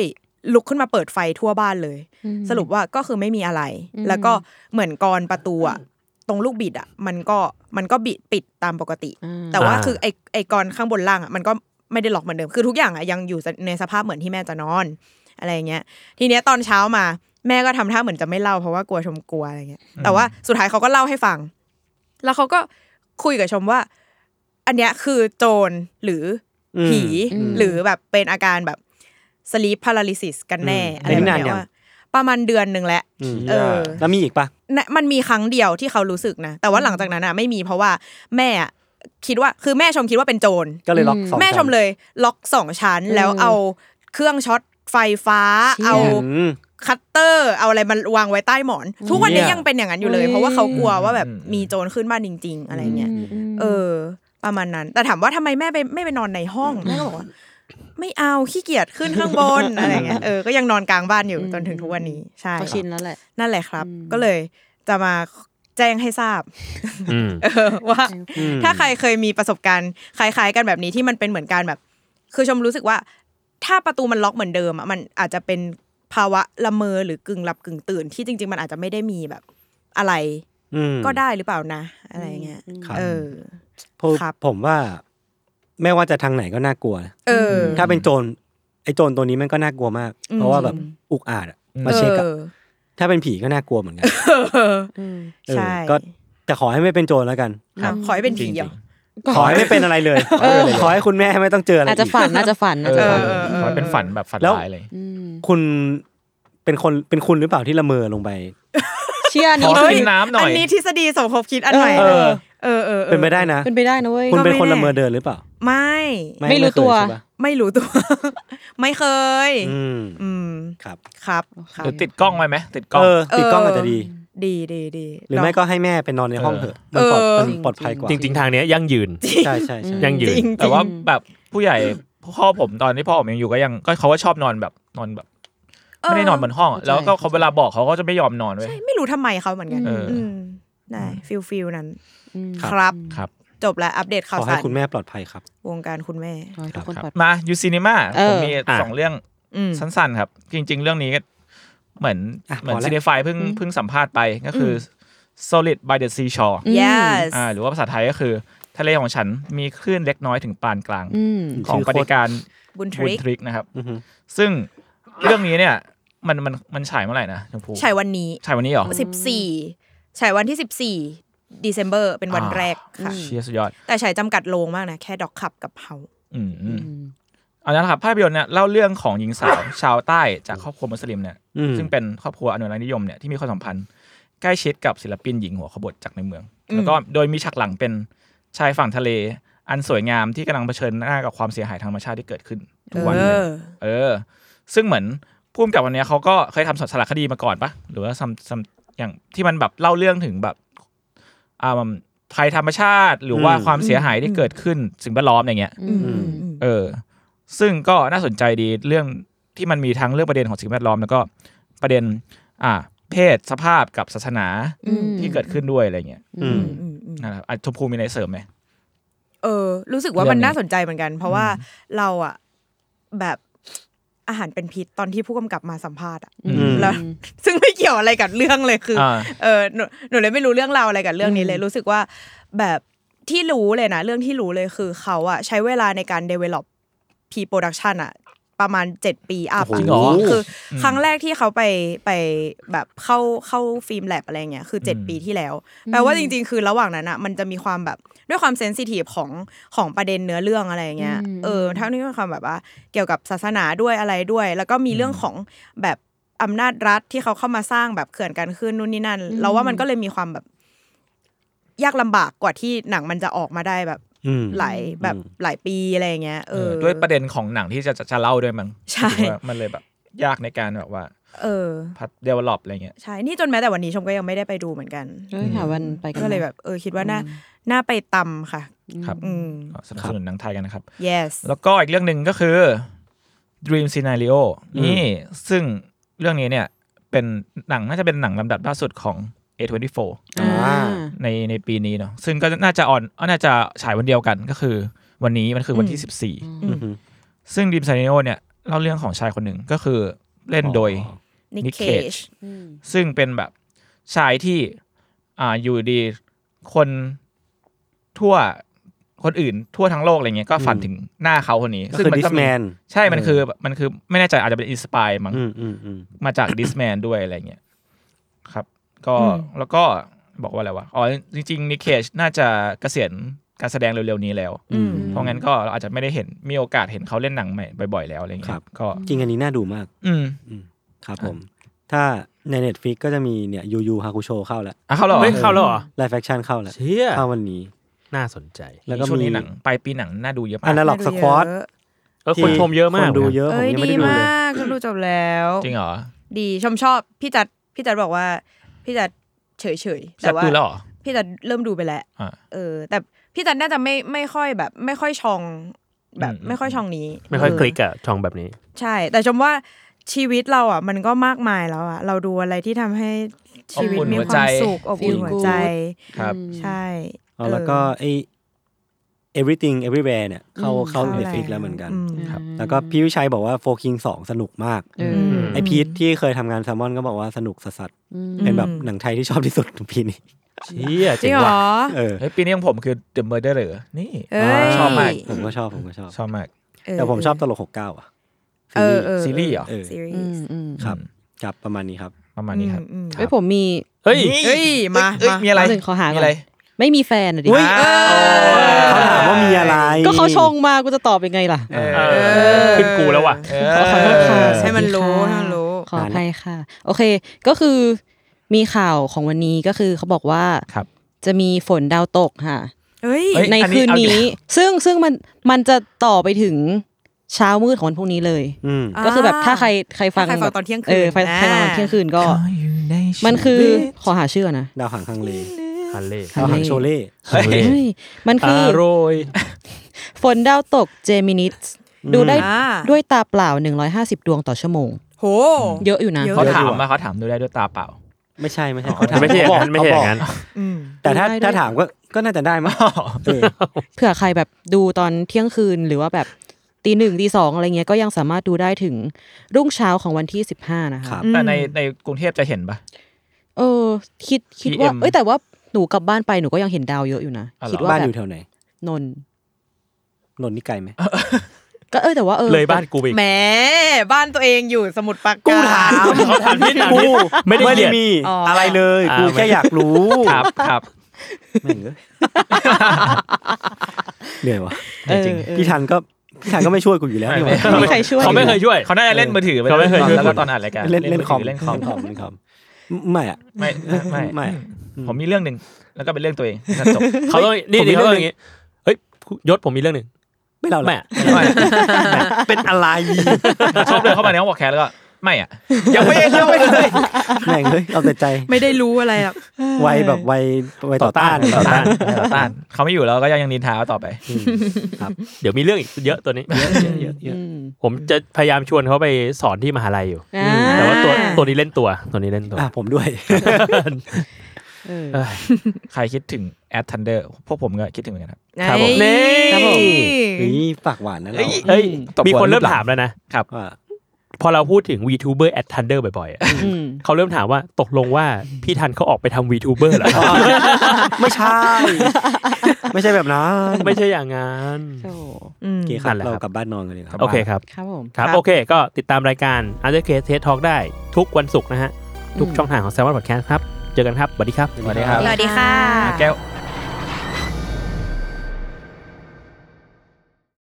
E: ลุกขึ้นมาเปิดไฟทั่วบ้านเลย สรุปว่าก็คือไม่มีอะไร
H: อืม
E: แล้วก็เหมือนกรอนประตูอะตรงลูกบิดอะมันก็มันก็บิดปิดตามปกติ แต่ว่า
G: อ่า
E: คือไอไอกรอนข้างบนล่างอะมันก็ไม่ได้ล็อกเหมือนเดิมคือทุกอย่างอะยังอยู่ในสภาพเหมือนที่แม่จะนอน อะไรอย่างเงี้ย ทีเนี้ยตอนเช้ามาแม่ก็ทำท่าเหมือนจะไม่เล่าเพราะว่ากลัวชมกลัวอะไรเงี้ย แต่ว่าสุดท้ายเขาก็เล่าให้ฟัง แล้วเขาก็คุยกับชมว่า อันเนี้ยคือโจรหรืออ
B: ม
E: ผี
H: อืม
E: หรือแบบเป็นอาการแบบสลีปพาราลิซิสกันแน่
B: อืม
E: อะไรแบบ
B: อันนี้นานยั
E: เนี้
B: ง
E: ยว่าประมาณเดือนหนึ่งแหละ
B: อืม
E: เออ
B: แล้วมีอีกปะ
E: นะมันมีครั้งเดียวที่เขารู้สึกนะ แต่ว่าหลังจากนั้นอ่ะไม่มีเพราะว่าแม่อะคิดว่าคือแม่ชมคิดว่าเป็นโจร
B: ก็เลยล็อกสอง
E: แม่ชมเลยล็อกสองชั้น แล้วเอาเครื่องช็อตไฟฟ้า
H: เชี่ย
E: เอา
B: อืม
E: คัตเตอร์ เอาอะไรมันวางไว้ใต้หมอน ทุกวันนี้
B: เชี่ย
E: ยังเป็นอย่างนั้นอยู่เลย เพราะว่าเขากลัวว่าแบบมีโจรขึ้นบ้านจริง ๆ อะไรเงี้ย เออ ประมาณนั้น แต่ถามว่าทำไมแม่ไปไม่ไปนอนในห้องแม่ก็บอกว่าไม่เอาขี้เกียจขึ้นข้างบนอะไรเงี้ยเออก็ยังนอนกลางบ้านอยู่จนถึงทุกวันนี้ใช่
H: เขาชินแล้วแหละ
E: นั่นแหละครับ
H: อืม
E: ก็เลยจะมาแจ้งให้ทราบ
G: อืม
E: เออว่า
B: อืม
E: ถ้าใครเคยมีประสบการณ์คล้ายๆกันแบบนี้ที่มันเป็นเหมือนการแบบ คือชมรู้สึกว่า ถ้าประตูมันล็อกเหมือนเดิมอะมันอาจจะเป็นภาวะละเมอหรือกึ่งหลับกึ่งตื่นที่จริง ๆ มันอาจจะไม่ได้มีแบบอะไร
B: อืม
E: ก็ได้หรือเปล่านะ อะไรอย่างเงี้ย
B: ครับ
E: เออ
B: ผม
E: ครับ
B: ผมว่า ไม่ว่าจะทางไหนก็น่ากลัว
E: เออ
B: ถ้าเป็นโจรไอ้โจรตัวนี้มันก็น่ากลัวมาก
E: อืม
B: เพราะว่าแบบอุกอาจอะมาเช็คอะ
E: ออ
B: ถ้าเป็นผีก็น่ากลัวเหมือนกัน
H: อืม
B: เออ
E: ใช่
B: ก็แต่ขอให้ไม่เป็นโจรแล้วกัน
E: อ่ะขอให้เป็นผีเหรอ
B: ขอให้ไม่เป็นอะไรเลย ขอให้คุณแม่ไม่ต้องเจออะไร
H: อาจจะ
B: อีก
H: ฝันอาจจะฝันอาจ
C: เออ
H: จะฝัน
E: เออเออ
C: ขอให้เป็นฝันแบบฝัน
B: แล้ว
C: ร้ายเลย
H: อืม
B: คุณเป็นคนเป็นคุณหรือเปล่าที่ละเมอลงไป
H: เชื่ออัน
C: ขอ
H: นี้
C: กินน้ำหน่
E: อั
C: อน ย
E: นี้ทฤษฎีสมคบคิดอันใหม่
B: เออ
E: เออเออออ
B: เป็นไปได้นะ
H: เป็นไปได้นะเว้ย
B: คุณเป็นคนละเมอเดินหรือเปล่า
E: ไม่
H: ไม่รู้
B: เคย
H: ตัว
B: ใช่ปะ
E: ไม่รู้ตัว ไม่เคย
B: อืม
E: อืม
B: ครับ
E: ครับครับ
C: หรือติดกล้องไว้ไหมติดกล้
B: เอ
C: อง
B: อติดกล้อง
E: เออ
B: อา
E: อ
B: จจะดี
E: ดีดีดี
B: หรือไม่ก็ให้แม่ไปนอนในห้องเถอะมันปลอดมันปลอดภัยกว่า
G: จริง ๆ ทางเนี้ยยั่งยืน
B: ใช่ใช่ใช่
G: ยั่งยืน
E: จริง
C: แต่ว่าแบบผู้ใหญ่พ่อผมตอนที่พ่อผมยังอยู่ก็ยังก็เขาก็ชอบนอนแบบนอนแบบ ไม่ได้นอนบนห้องอะแล้วก็เขาเวลาบอกเขาก็จะไม่ยอมนอนเว้ย
E: ใช่ไม่รู้ทำไมเขาเหมือนกัน
C: เอออื
E: มได้ฟิลฟิลนั้น
H: อืม
E: ครับ
C: ครับ
E: จบแล้วอัปเดตข่า
B: ข
E: ว
B: อให้
E: สาร
B: คุณแม่ปลอดภัยครับ
E: วงการคุณแม่
H: ขอให้ทุกคนปลอด
C: มายูซีนีมา
H: เออ
C: ผมมี
G: อ่ะ
C: สองเรื่อง
E: อืม
C: สั้นๆครับ จริง ๆ เรื่องนี้ก็เหมือน
B: อ่ะ
C: เหมือ
B: พอ
C: น
B: แล้ว
C: ซีเนฟายเพิ่งเพิ่งสัมภาษณ์ไปก็คืออ solid by the seashore
E: yes
C: อ่าหรือว่าภาษาไทยก็คือทะเลของฉันมีคลื่นเล็กน้อยถึงปานกลาง
H: อืม
C: ของ
B: ชื่อ
C: ปฏิการ
E: บุญท
C: บุญ
E: ริก
C: ทริกนะครับ
B: อือฮึ
C: ซึ่งเรื่องนี้เนี่ยมันมันมันฉายเมื่อไหร่นะชมพู
E: ฉายวันนี้
C: ฉายวันนี้เหรอ
E: สิบสี่ฉายวันที่สิบสี่เดซ ember เป็นวัน
C: อ่า
E: แรกค่ะ
C: เชียร์สุดยอด
E: แต่ฉายจำกัดโรงมากนะ แค่ด็อกขับกับเฮา
C: อืมเอาละครับภาพยนตร์เนี่ยเล่าเรื่องของหญิงสาว ชาวใต้จากครอบครัวมุสลิมเนี่ย
B: อืม
C: ซึ่งเป็นครอบครัวอนุรักษ์นิยมเนี่ยที่มีความสัมพันธ์ใกล้ชิดกับศิลปินหญิงหัวขบถจากในเมือง แล้วก็โดยมีฉากหลังเป็นชายฝั่งทะเล อันสวยงามที่กำลังเผชิญหน้ากับความเสียหายทางธรรมชาติที่เกิดขึ้นทุกวัน
E: เอ
C: เลย
E: อ
C: เออ ซึ่งเหมือนพุ่มกับวันเนี้ยเขาก็เคยทำสารคดีมาก่อนปะหรือว่าซัมซัมอย่างที่มันแบบเล่าเรื่องถึงแบบอ่าภัยธรรมชาติ หรือว่าความเสียหายที่เกิดขึ้นสิ่งแวดล้อมอย่างเงี้ย
H: อืม
C: เออ ซึ่งก็น่าสนใจดีเรื่องที่มันมีทั้งเรื่องประเด็นของสิ่งแวดล้อม แล้วก็ประเด็น อ่า เพศสภาพกับศาสนา
H: อืม
C: ที่เกิดขึ้นด้วยอะไรเงี้ย
B: อืม
E: อืมอืม
C: นะครับอ่ะชมพูมีอะไรเสริมไหม
E: เออรู้สึกว่ามัน
C: เรื่องนี้
E: น่าสนใจเหมือนกัน เพราะว่าเราอะแบบอาหารเป็นพิษตอนที่ผู้กำกับมาสัมภาษณ์อะ
B: อืม
E: แล้ว ซึ่งไม่เกี่ยวอะไรกับเรื่องเลยคืออา เออหนูหนูเลยไม่รู้เรื่องราวอะไรกับเรื่องนี้เลย รู้สึกว่าแบบที่รู้เลยนะ เรื่องที่รู้เลยคือเขาอะใช้เวลาในการ develop P production อะประมาณ 7 ปีอัพ
C: จริงเหรอ
E: คืออครั้งแรกที่เขาไปไปแบบเข้าเข้าฟิล์มแลบอะไรเงี้ยคือ 7 ปีที่แล้ว แปลว่าจริง ๆ คือระหว่างนั้นอะมันจะมีความแบบด้วยความเซนซิทีฟของของประเด็นเนื้อเรื่องอะไรอย่างเงี้ย
H: อืม
E: เออทั้งนี้ความแบบว่าเกี่ยวกับศาสนาด้วยอะไรด้วย แล้วก็มีเรื่องของแบบอำนาจรัฐที่เขาเข้ามาสร้างแบบเขื่อนกันขึ้นนู่นนี่นั่น เราว่ามันก็เลยมีความแบบ ยากลำบากกว่าที่หนังมันจะออกมาได้แบบ
B: อืม
E: หลายแบบหลายปีอะไรอย่างเงี้ยเอ
C: เอ
E: อ
C: อด้วยประเด็นของหนังที่จะจะจะเล่าด้วยมั้ง
E: ใช่
C: ผมว่ามันเลยแบบ ยากในการแบบว่า
E: เออ
C: พัฒเดเวลลอปอะไรเงี้ย
E: ใช่นี่จนแม้แต่วันนี้ชมก็ยังไม่ได้ไปดูเหมือนกัน
H: เฮ้ยหาวันไปกัน
E: ก็เลยแบบ เออ คิดว่าน่าน่าไปตำค่ะ
C: ครับ
E: อืม
C: ก็สนับสนุนหนังไทยกันนะครับ
E: yes
C: แล้วก็อีกเรื่องหนึ่งก็คือ Dream Scenario นี่ซึ่งเรื่องนี้เนี่ย เป็นหนังน่าจะเป็นหนังลำดับล่าสุดของ A24
H: อ่า
C: ในในปีนี้เนาะซึ่งก็น่าจะออนน่าจะฉายวันเดียวกันก็คือ วันนี้มันคือวันที่
E: อืม
C: 14 ซึ่ง Dream Scenario เนี่ยเล่าเรื่องของชายคนหนึ่งก็คือเล่นโดย
E: นิก
C: Nick
E: เค
C: Cage
E: ช
C: ซึ่งเป็นแบบชายที่อ่าอยู่ดีคนทั่วคนอื่นทั่วทั้งโลกอะไรเงี้ยก็ฝัน
B: อืม
C: ถึงหน้าเขาคนนี้
B: ก็คือ
C: มั
B: ดิส
C: ก็
B: แม
C: มี
B: น
C: ใช่ มัน
B: เออ
C: คือ มันคือ ไม่แน่ใจอาจจะเป็นอินสปายมั้ง
B: อืมอืมอืม
C: มาจากดิสแมนด้วยอะไรเงี้ย ครับ ก็ แล้วก็บอกว่าอะไรวะ อ๋อ จริงๆนิเคชน่าจะเกษียณการแสดงเร็วๆนี้แล้ว
E: อืม
C: เพราะงั้นก็เราอาจจะไม่ได้เห็น มีโอกาสเห็นเขาเล่นหนังใหม่บ่อยๆแล้วอะไรเงี้ย ก็
B: จริงอันนี้น่าดูมาก
C: อืม
B: ครับผม ถ้าใน Netflix ก็จะมีเนี่ยยูยูฮาคุโชเข้าแล้ว
C: อ่ะเขาเหรอ
G: เฮ้ยเข้าแล้วเหรอ
B: ไลฟ์แฟคชั่นเข้าแล้ว
G: เชี่ย
B: เข้าวันนี้
G: น่าสนใจ
B: แล้วก็
C: ช่วง
B: มี
C: นี้หนังปลายปีหนังน่าดูเยอะมา
B: อัน
C: ก
B: นั้นหลอกสควอต
G: เออคนชมเยอะมาก
B: คนดูเยอะผม
E: เอ้ย
B: ยังไม่
E: ดี
B: ได้ดู
E: ม
B: เลย
E: ากฉันดูจบแล้ว
C: จริงเหรอ
E: ดีชมชอบพี่จัดพี่จัดบอกว่า พี่จัดเฉยเฉยๆแต่
C: จัด
E: ว่า
C: ดูแล้วเหรอ
E: พี่จัดเริ่มดูไปแล้ว
C: อ่า
E: เออ แต่พี่จัดน่าจะไม่ไม่ค่อยแบบ ไม่ค่อยชองแบบ
C: อืม
E: ไม่ค่อยชองนี้
G: ไม่ค่อย
E: เ
G: คลิกอะช่องแบบนี้
E: ใช่ แต่ชมว่าชีวิตเราอ่ะ มันก็มากมายแล้วอ่ะ เราดูอะไรที่ทำให้ชีวิต
C: อบอุ่น
E: มี
C: หัว
E: ความ
C: ใจ
E: สุขอบอุ่น
H: Feel
E: หัวใจ
C: ครับ
E: ใช่
B: อ๋อแล้วก็ไอ everything everywhere เนี่ยเข้า
H: อืม
B: เข้า
H: เข้า
B: Netflix แล้
H: แล้ว
B: วเหมือนกัน
E: อืม
H: ครับ
B: แล้วก็พี่วิชัยบอกว่า Four King 2 สนุกมาก
H: เออ
E: ม
B: ไอพีทที่เคยทำงานแซมมอนก็บอกว่าสนุกสัสๆ
H: อืม
B: เป็นแบบหนังไทยที่ชอบที่สุดปีนี้
G: เชี่ย
E: จริ
G: เจ๋
E: ง
G: ง
E: เหร
G: ว่ะ
E: อ
B: เออ
C: เฮ้ยปีนี้ของผมคือ The Murderer นี่
E: เอ้ย
C: ชอบมาก
B: ผมก็ชอบผมก็ชอบ
C: ชอบมาก
E: เออ
B: แต่ผมชอบตลกหกเก้าอ่ะ
E: เออเออ
C: ซีรีส์เหรอ
B: เออ
E: ซีรี
H: อืม
E: ส์
H: อืม
B: ครับครับประมาณนี้ครับ
C: ประมาณนี้ครับ
E: อืม
H: เอ้ยผมมี
G: เฮ้ย
C: นี่
E: เอ้ยมา
C: เอ้ย
E: มา
C: มีอะไร
H: หนึ่งขอหาก่
C: มี
H: อน
C: อะไร
H: ไม่มีแฟนอะดิ
B: อุ๊ย
C: เออ
B: เขาถามว่ามีอะไร
H: ก็เขาชงมากูจะตอบยังไงล่ะ
C: เออ
I: เอ
E: เอ
I: อ
E: อ
I: ขึ้นกูแล้วว่ะ
C: เออ
H: ขอขอโทษค่ะ
C: เออ
H: สวัสดี
E: ให้มันรู้
H: ค่ะ
E: ให้มันรู้
H: ขออภัยค่ะ โอเค ก็คือมีข่าวของวันนี้ก็คือเขาบอกว่า
C: ครับ
H: จะมีฝนดาวตกค่ะ
E: เอ้ย
C: เอ้ย
H: ใน
C: อันนี้
H: คืน
C: เอาดิ
H: นี้ ซึ่งซึ่งมันมันจะต่อไปถึงเช้ามืดของวันพรุ่งนี้เลย
B: อืม
H: ก็คือแบบถ้าใครใครฟัง
E: ถ้าใครฟัง
H: แบบ
E: ตอนเที่ยงคืน
H: เออใคร
E: อ่า
H: ใครฟังตอนเที่ยงคืนก็ มันคือขอหาชื่อนะ
B: ดาวหางคังเล
G: ฮันเล่
H: ฮั
B: ดาวหาง
H: เล
B: โชเล่
G: ฮันเล่
H: เฮ้ยมัน
G: อ
H: คือ
G: ร่อย
H: ฝนดาวตกเจมินิสดูได้
E: อ่า
H: ด้วยตาเปล่า 150 ดวงต่อชั่วโมง
E: โห
H: เยอะอยู่นะ
E: เยอะ
C: เขาถามมาเขาถามดูได้ด้วยตาเปล่า
B: ไม่ใช่ไม่ใช่เขาถาม
G: ไม่ใช่อย่างนั้น
B: เขบก
G: ไม่ใช่อย่างนั้น
B: เขบก
E: อืม
B: แต่ถ้า
H: ได้ด้วย
B: ถ้าถามก็ก็น่าจะได้มั้งเออ
H: เผื่อใครแบบดูตอนเที่ยงคืนหรือว่าแบบตีหนึ่งตีสองอะไรเงี้ยก็ยังสามารถดูได้ถึงรุ่งเช้าของวันที่ 15 นะ
B: ค
H: คะ
B: รับ
C: แต่ในในกรุงเทพจะเห็นปะ
H: เออคิดคิดว่า
C: PM
H: เอ้ยแต่ว่าหนูกลับบ้านไปหนูก็ยังเห็นดาวเยอะอยู่นะ
C: อ๋อเหรอ
H: คิดว่า
B: บ้าน
H: แบ
B: อบ ยู่แถวไหน
H: นนท์
B: นนท์นี่ไกลไหม
H: ก็เออแต่ว่าเออ
G: เลยบ้านกูไปอีก
E: แหมบ้านตัวเองอยู่สมุทรปราการ
B: กูถาม
G: เขาถามพี่ถามพี่
B: กู
G: ไม่ได้เรียน
B: มี
E: อ๋ออ
B: อะไรเลย
G: อ่า
B: กู
G: ไม่
B: แค่อยากรู้
C: ครับครับ
B: แม่งเอ้ยเหนื่อยวะ
H: เออ
C: จริง
H: เออ
B: พี่ทันก็พี่ทันก็ไม่ช่วยกูอยู่แล้วนี่หว่า
H: ไม่มีใครช่วย
G: เขาไม่เคยช่วย
C: เขาน่าจะเล่นมือถือป
G: เขาไม่เคยช่วย
C: แล้วก็ตอนอ่านรายการ
B: เล่นเล่นคอม
C: เล่นคอม
B: เล่นคอมไม่อะ
C: ไม่ไม่
B: ไม่
C: ไม่ ผมมีเรื่องหนึ่งแล้วก็เป็นเรื่องตัวเองแล้วจบ
G: เขาต้องนี่
B: ผมมี
G: นี่เขาต้อง
B: เรื่อง
G: อย่างงี้เฮ้ยยศผมมีเรื่องหนึ่ง
B: ไม่เล่า
G: แม่
B: ละเป็นอะไร
C: ชอบเดินเข้ามาในห้องบอกแคสแล้วก็ไม่อ่ะยังไม่ยังไม่เลย
B: แม่งเลยเอาแต่ใจ
E: ไม่ได้รู้อะไรหรอก
B: ไวยแบบไวยไวยต่อต้าน
C: ต่อต้านต่อต้านเขาไม่อยู่แล้วก็ยังยังนินทาเขาต่อไป
B: อืมครับ
G: เดี๋ยวมีเรื่องอีกเยอะตัวนี้
B: เยอะเยอะเยอะ
H: อืม
G: ผมจะพยายามชวนเขาไปสอนที่มหาลัยอยู่
H: อ่า
G: แต่ว่าตัวตัวนี้เล่นตัวตัวนี้เล่นตัว
B: อ่ะผมด้วย
H: เออ
G: เอ้ย
C: ใครคิดถึงแอดทันเดอร์พวกผมก็คิดถึงเหมือนกันค
G: ค
C: รับ
G: รับผม
E: เน่
H: ครับผม
B: นี่ปากหวานนะเรา
G: เฮ้ย
C: ตบหัว
G: มีคนเริ่ม
C: หอปล่
G: ถามแล้วนะ
B: ว่า
G: พอเราพูดถึง VTuber at Thunder บ่อยๆอะ
H: อืม
G: เขาเริ่มถามว่าตกลงว่าพี่ทันเขาออกไปทำ VTuber เหรอ
B: ไม่ใช่ ไม่ใช่แบบนั้น
G: ไม่ใช่อย่างงั้น
H: โธ่
E: อืม
B: โอเคครับ
G: นั่นแหละครั
B: เรา
G: บ
B: กลับบ้านนอนกันเลยครับ
G: โอเคครับ
H: ครับผม
G: ครับ
E: ครับ
G: โอเค ก็ติดตามรายการ u n d e r c a s e Test Talk ได้ทุกวันศุกร์นะฮะ ทุกช่องทางของ s ซ m o n Podcast ครับ เจอกันครับสวัสดีครับ
C: สวัสดีครับ
E: สวัสดีค่ะ
C: แก้ว